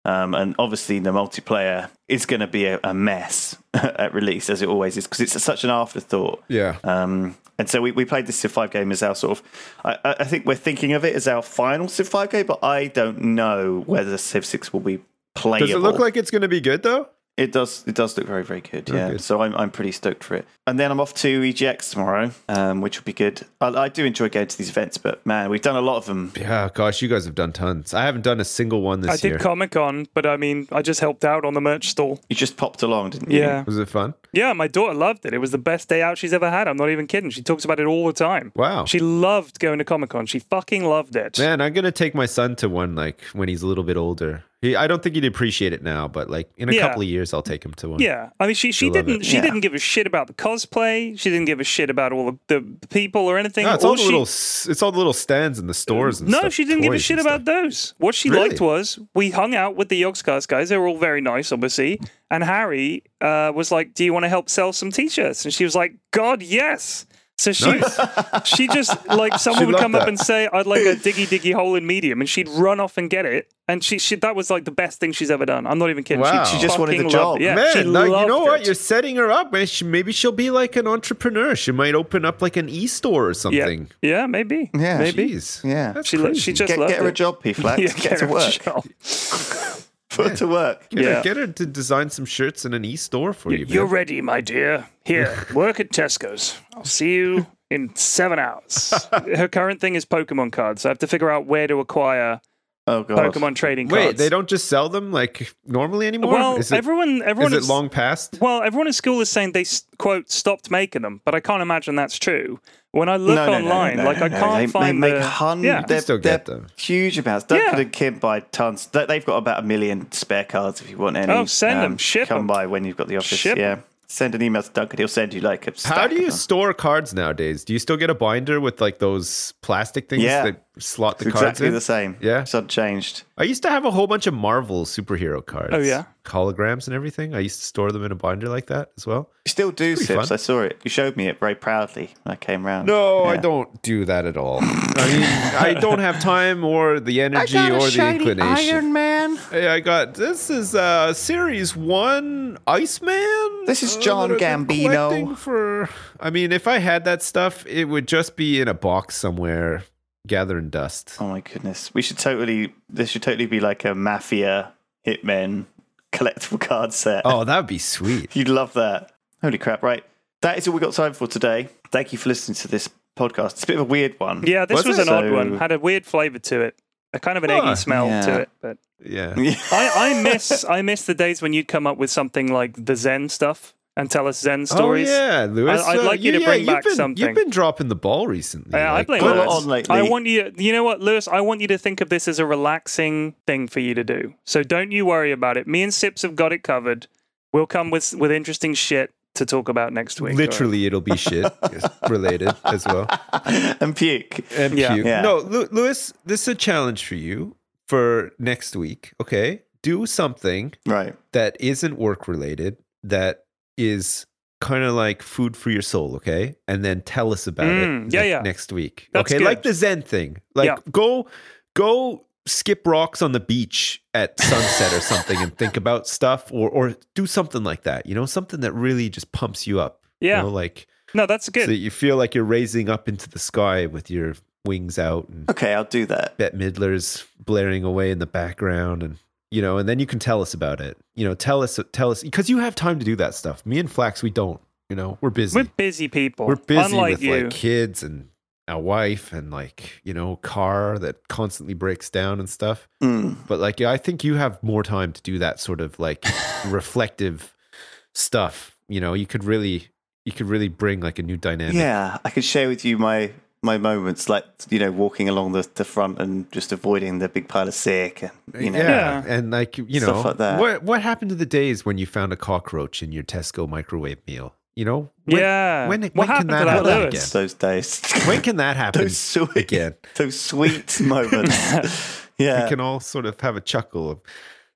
A: Um, and obviously, the multiplayer is going to be a, a mess at release, as it always is, because it's such an afterthought.
C: Yeah.
A: Um, and so we, we played this Civ 5 game as our sort of, I, I I think we're thinking of it as our final Civ 5 game, but I don't know whether Civ 6 will be playable.
C: Does it look like it's going to be good though?
A: It does. It does look very, very good. Yeah.
C: good.
A: So I'm, I'm pretty stoked for it. And then I'm off to EGX tomorrow, um, which will be good. I, I do enjoy going to these events, but man, we've done a lot of them.
C: Yeah, gosh, you guys have done tons. I haven't done a single one this
B: I
C: year.
B: did Comic Con, but I mean, I just helped out on the merch stall.
A: You just popped along, didn't you?
B: Yeah.
C: Was it fun?
B: Yeah, my daughter loved it. It was the best day out she's ever had. I'm not even kidding. She talks about it all the time.
C: Wow.
B: She loved going to Comic Con. She fucking loved it.
C: Man, I'm gonna take my son to one like when he's a little bit older. He, I don't think he'd appreciate it now, but like in a
B: Yeah.
C: couple of years, I'll take him to one.
B: Yeah, I mean, she she
C: love
B: didn't
C: it.
B: she
A: Yeah.
B: didn't give a shit about the cosplay. She didn't give a shit about all the, the people or anything.
C: No, it's all, the
B: she,
C: little. s- It's all the little stands in the stores and
B: no,
C: stuff,
B: she didn't give a
C: toys
B: shit
C: and
B: about
C: stuff.
B: those. What she
C: Really?
B: liked was we hung out with the Yogscast guys. They were all very nice, obviously. And Harry uh, was like, "Do you want to help sell some t-shirts?" And she was like, "God, yes." So she she just like someone
C: She
B: would
C: loved
B: come up
C: that.
B: and say, "I'd like a diggy diggy hole in medium," and she'd run off and get it. And she, she that was like the best thing she's ever done. I'm not even kidding.
C: Wow.
B: She,
C: She
A: just wanted
B: fucking
A: the job.
B: loved it. Yeah, she
C: Man, now you
B: loved
C: know what?
B: it.
C: You're setting her up. Man. She, maybe she'll be like an entrepreneur. She might open up like an e-store or
B: yeah,
C: something.
B: yeah, maybe.
A: Yeah.
B: maybe.
C: Jeez.
A: Yeah.
C: That's
B: She, lo-
C: crazy.
B: she just
A: Get,
B: loved
A: get her
B: it.
A: a job, P Flax.
B: Yeah,
A: get, to
B: her a
A: work.
B: job.
A: Put to work.
C: Get,
B: yeah.
C: her, get her to design some shirts in an e-store for you.
B: You're
C: man.
B: ready, my dear. Here, work at Tesco's. I'll see you in seven hours. Her current thing is Pokemon cards. I have to figure out where to acquire
A: Oh god.
B: Pokemon trading cards.
C: Wait, they don't just sell them like normally anymore.
B: Well,
C: is it,
B: everyone, everyone
C: is it
B: is-
C: long past?
B: Well, everyone at school is saying they s- quote stopped making them, but I can't imagine that's true. When I look
A: No, no, no, no,
B: online,
A: no,
B: like I
A: no,
B: can't
A: they,
B: find
A: They make
B: the-
A: hundreds.
B: Yeah.
A: They're,
C: still get
A: they're
C: them.
A: Huge amounts. Duncan
B: Yeah.
A: and Kim buy tons. They- They've got about a million spare cards if you want any. Um,
B: Oh, send them. Ship
A: Come
B: them.
A: by when you've got the office.
B: Ship
A: yeah. Send an email to Duncan. He'll send you like a.
C: How
A: stack
C: do
A: of
C: you
A: them.
C: store cards nowadays? Do you still get a binder with like those plastic things
A: Yeah.
C: that slot the
A: It's
C: cards
A: exactly
C: in?
A: the same.
C: Yeah.
A: It's unchanged.
C: I used to have a whole bunch of Marvel superhero cards.
B: Oh, yeah?
C: holograms and everything. I used to store them in a binder like that as well.
A: You still do,
C: pretty
A: Sips.
C: fun.
A: I saw it. You showed me it very proudly when I came round.
C: No, I
A: Yeah.
C: don't do that at all. I mean, I don't have time or the energy or the inclination.
A: Man.
C: Hey, I got this is uh series one Iceman.
A: This is
C: uh,
A: John
C: that I've been
A: Gambino.
C: collecting For I mean, if I had that stuff, it would just be in a box somewhere gathering dust.
A: Oh my goodness. We should totally. This should totally be like a mafia hitmen collectible card set.
C: Oh, that'd be sweet.
A: You'd love that. Holy crap! Right. That is all we got time for today. Thank you for listening to this podcast. It's a bit of a weird one.
B: yeah, this
C: Was
B: was
C: it?
B: an odd
A: So-
B: one. Had a weird flavor to it. A kind of an
C: Huh.
B: eggy smell
A: Yeah.
B: to it, but
C: Yeah.
B: I, I miss I miss the days when you'd come up with something like the Zen stuff and tell us Zen stories.
C: Oh yeah, Lewis.
B: I- I'd
C: Uh,
B: like you to
C: yeah,
B: bring
C: you've
B: back
C: been,
B: something.
C: You've been dropping the ball recently.
B: Yeah, I
C: like,
B: blame
A: Got a lot
B: Lewis.
A: on lately.
B: I want you. You know what, Lewis? I want you to think of this as a relaxing thing for you to do. So don't you worry about it. Me and Sips have got it covered. We'll come with with interesting shit to talk about next week.
C: Literally, it'll be shit related as well.
A: and puke.
C: and
B: Yeah.
C: puke.
A: Yeah.
C: No, Lu- Lewis, this is a challenge for you for next week. Okay, do something
A: Right.
C: that isn't work related that is kind of like food for your soul. Okay, and then tell us about
B: Mm,
C: it.
B: yeah,
C: ne-
B: yeah.
C: Next week.
B: That's
C: okay,
B: good.
C: like the Zen thing. Like
B: Yeah.
C: go, go skip rocks on the beach at sunset or something and think about stuff or or do something like that. You know, something that really just pumps you up.
B: Yeah.
C: You know, like
B: No, that's
C: so that
B: good.
C: you feel like you're raising up into the sky with your wings out and
A: Okay, I'll do that.
C: Bette Midler's blaring away in the background and you know, and then you can tell us about it. You know, tell us tell us because you have time to do that stuff. Me and Flax, we don't. You know, we're busy.
B: We're
C: We're,
B: busy people.
C: busy
B: Unlike
C: with
B: you.
C: like kids and a wife and like, you know, car that constantly breaks down and stuff.
A: Mm.
C: But like I think you have more time to do that sort of like reflective stuff. You know, you could really you could really bring like a new dynamic
A: Yeah, I could share with you my my moments, like you know, walking along the, the front and just avoiding the big pile of sick, and you know,
C: Uh, yeah.
B: Yeah.
C: and like you
A: Stuff
C: know,
A: like that.
C: what what happened to the days when you found a cockroach in your Tesco microwave meal? You know, when,
B: Yeah.
C: When,
B: What
C: when can
B: happened to
C: that
B: that,
C: happen
B: Lewis?
C: again?
A: those days,
C: When can that happen
A: those sweet,
C: again?
A: those sweet moments. yeah,
C: We can all sort of have a chuckle of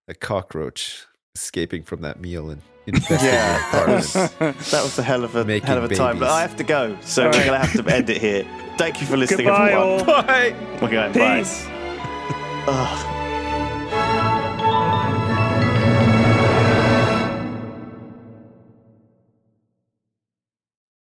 C: a cockroach escaping from that meal and infesting your
A: yeah, that was,
C: apartment.
A: that was a hell of a
C: Making
A: hell of a time. But
C: babies.
A: I have to go, so
B: All
A: we're
B: right.
A: gonna have to end it here. Thank you for listening,
B: Goodbye,
A: everyone.
B: all.
C: Bye.
A: We're going bye.
B: Peace.
A: Ugh.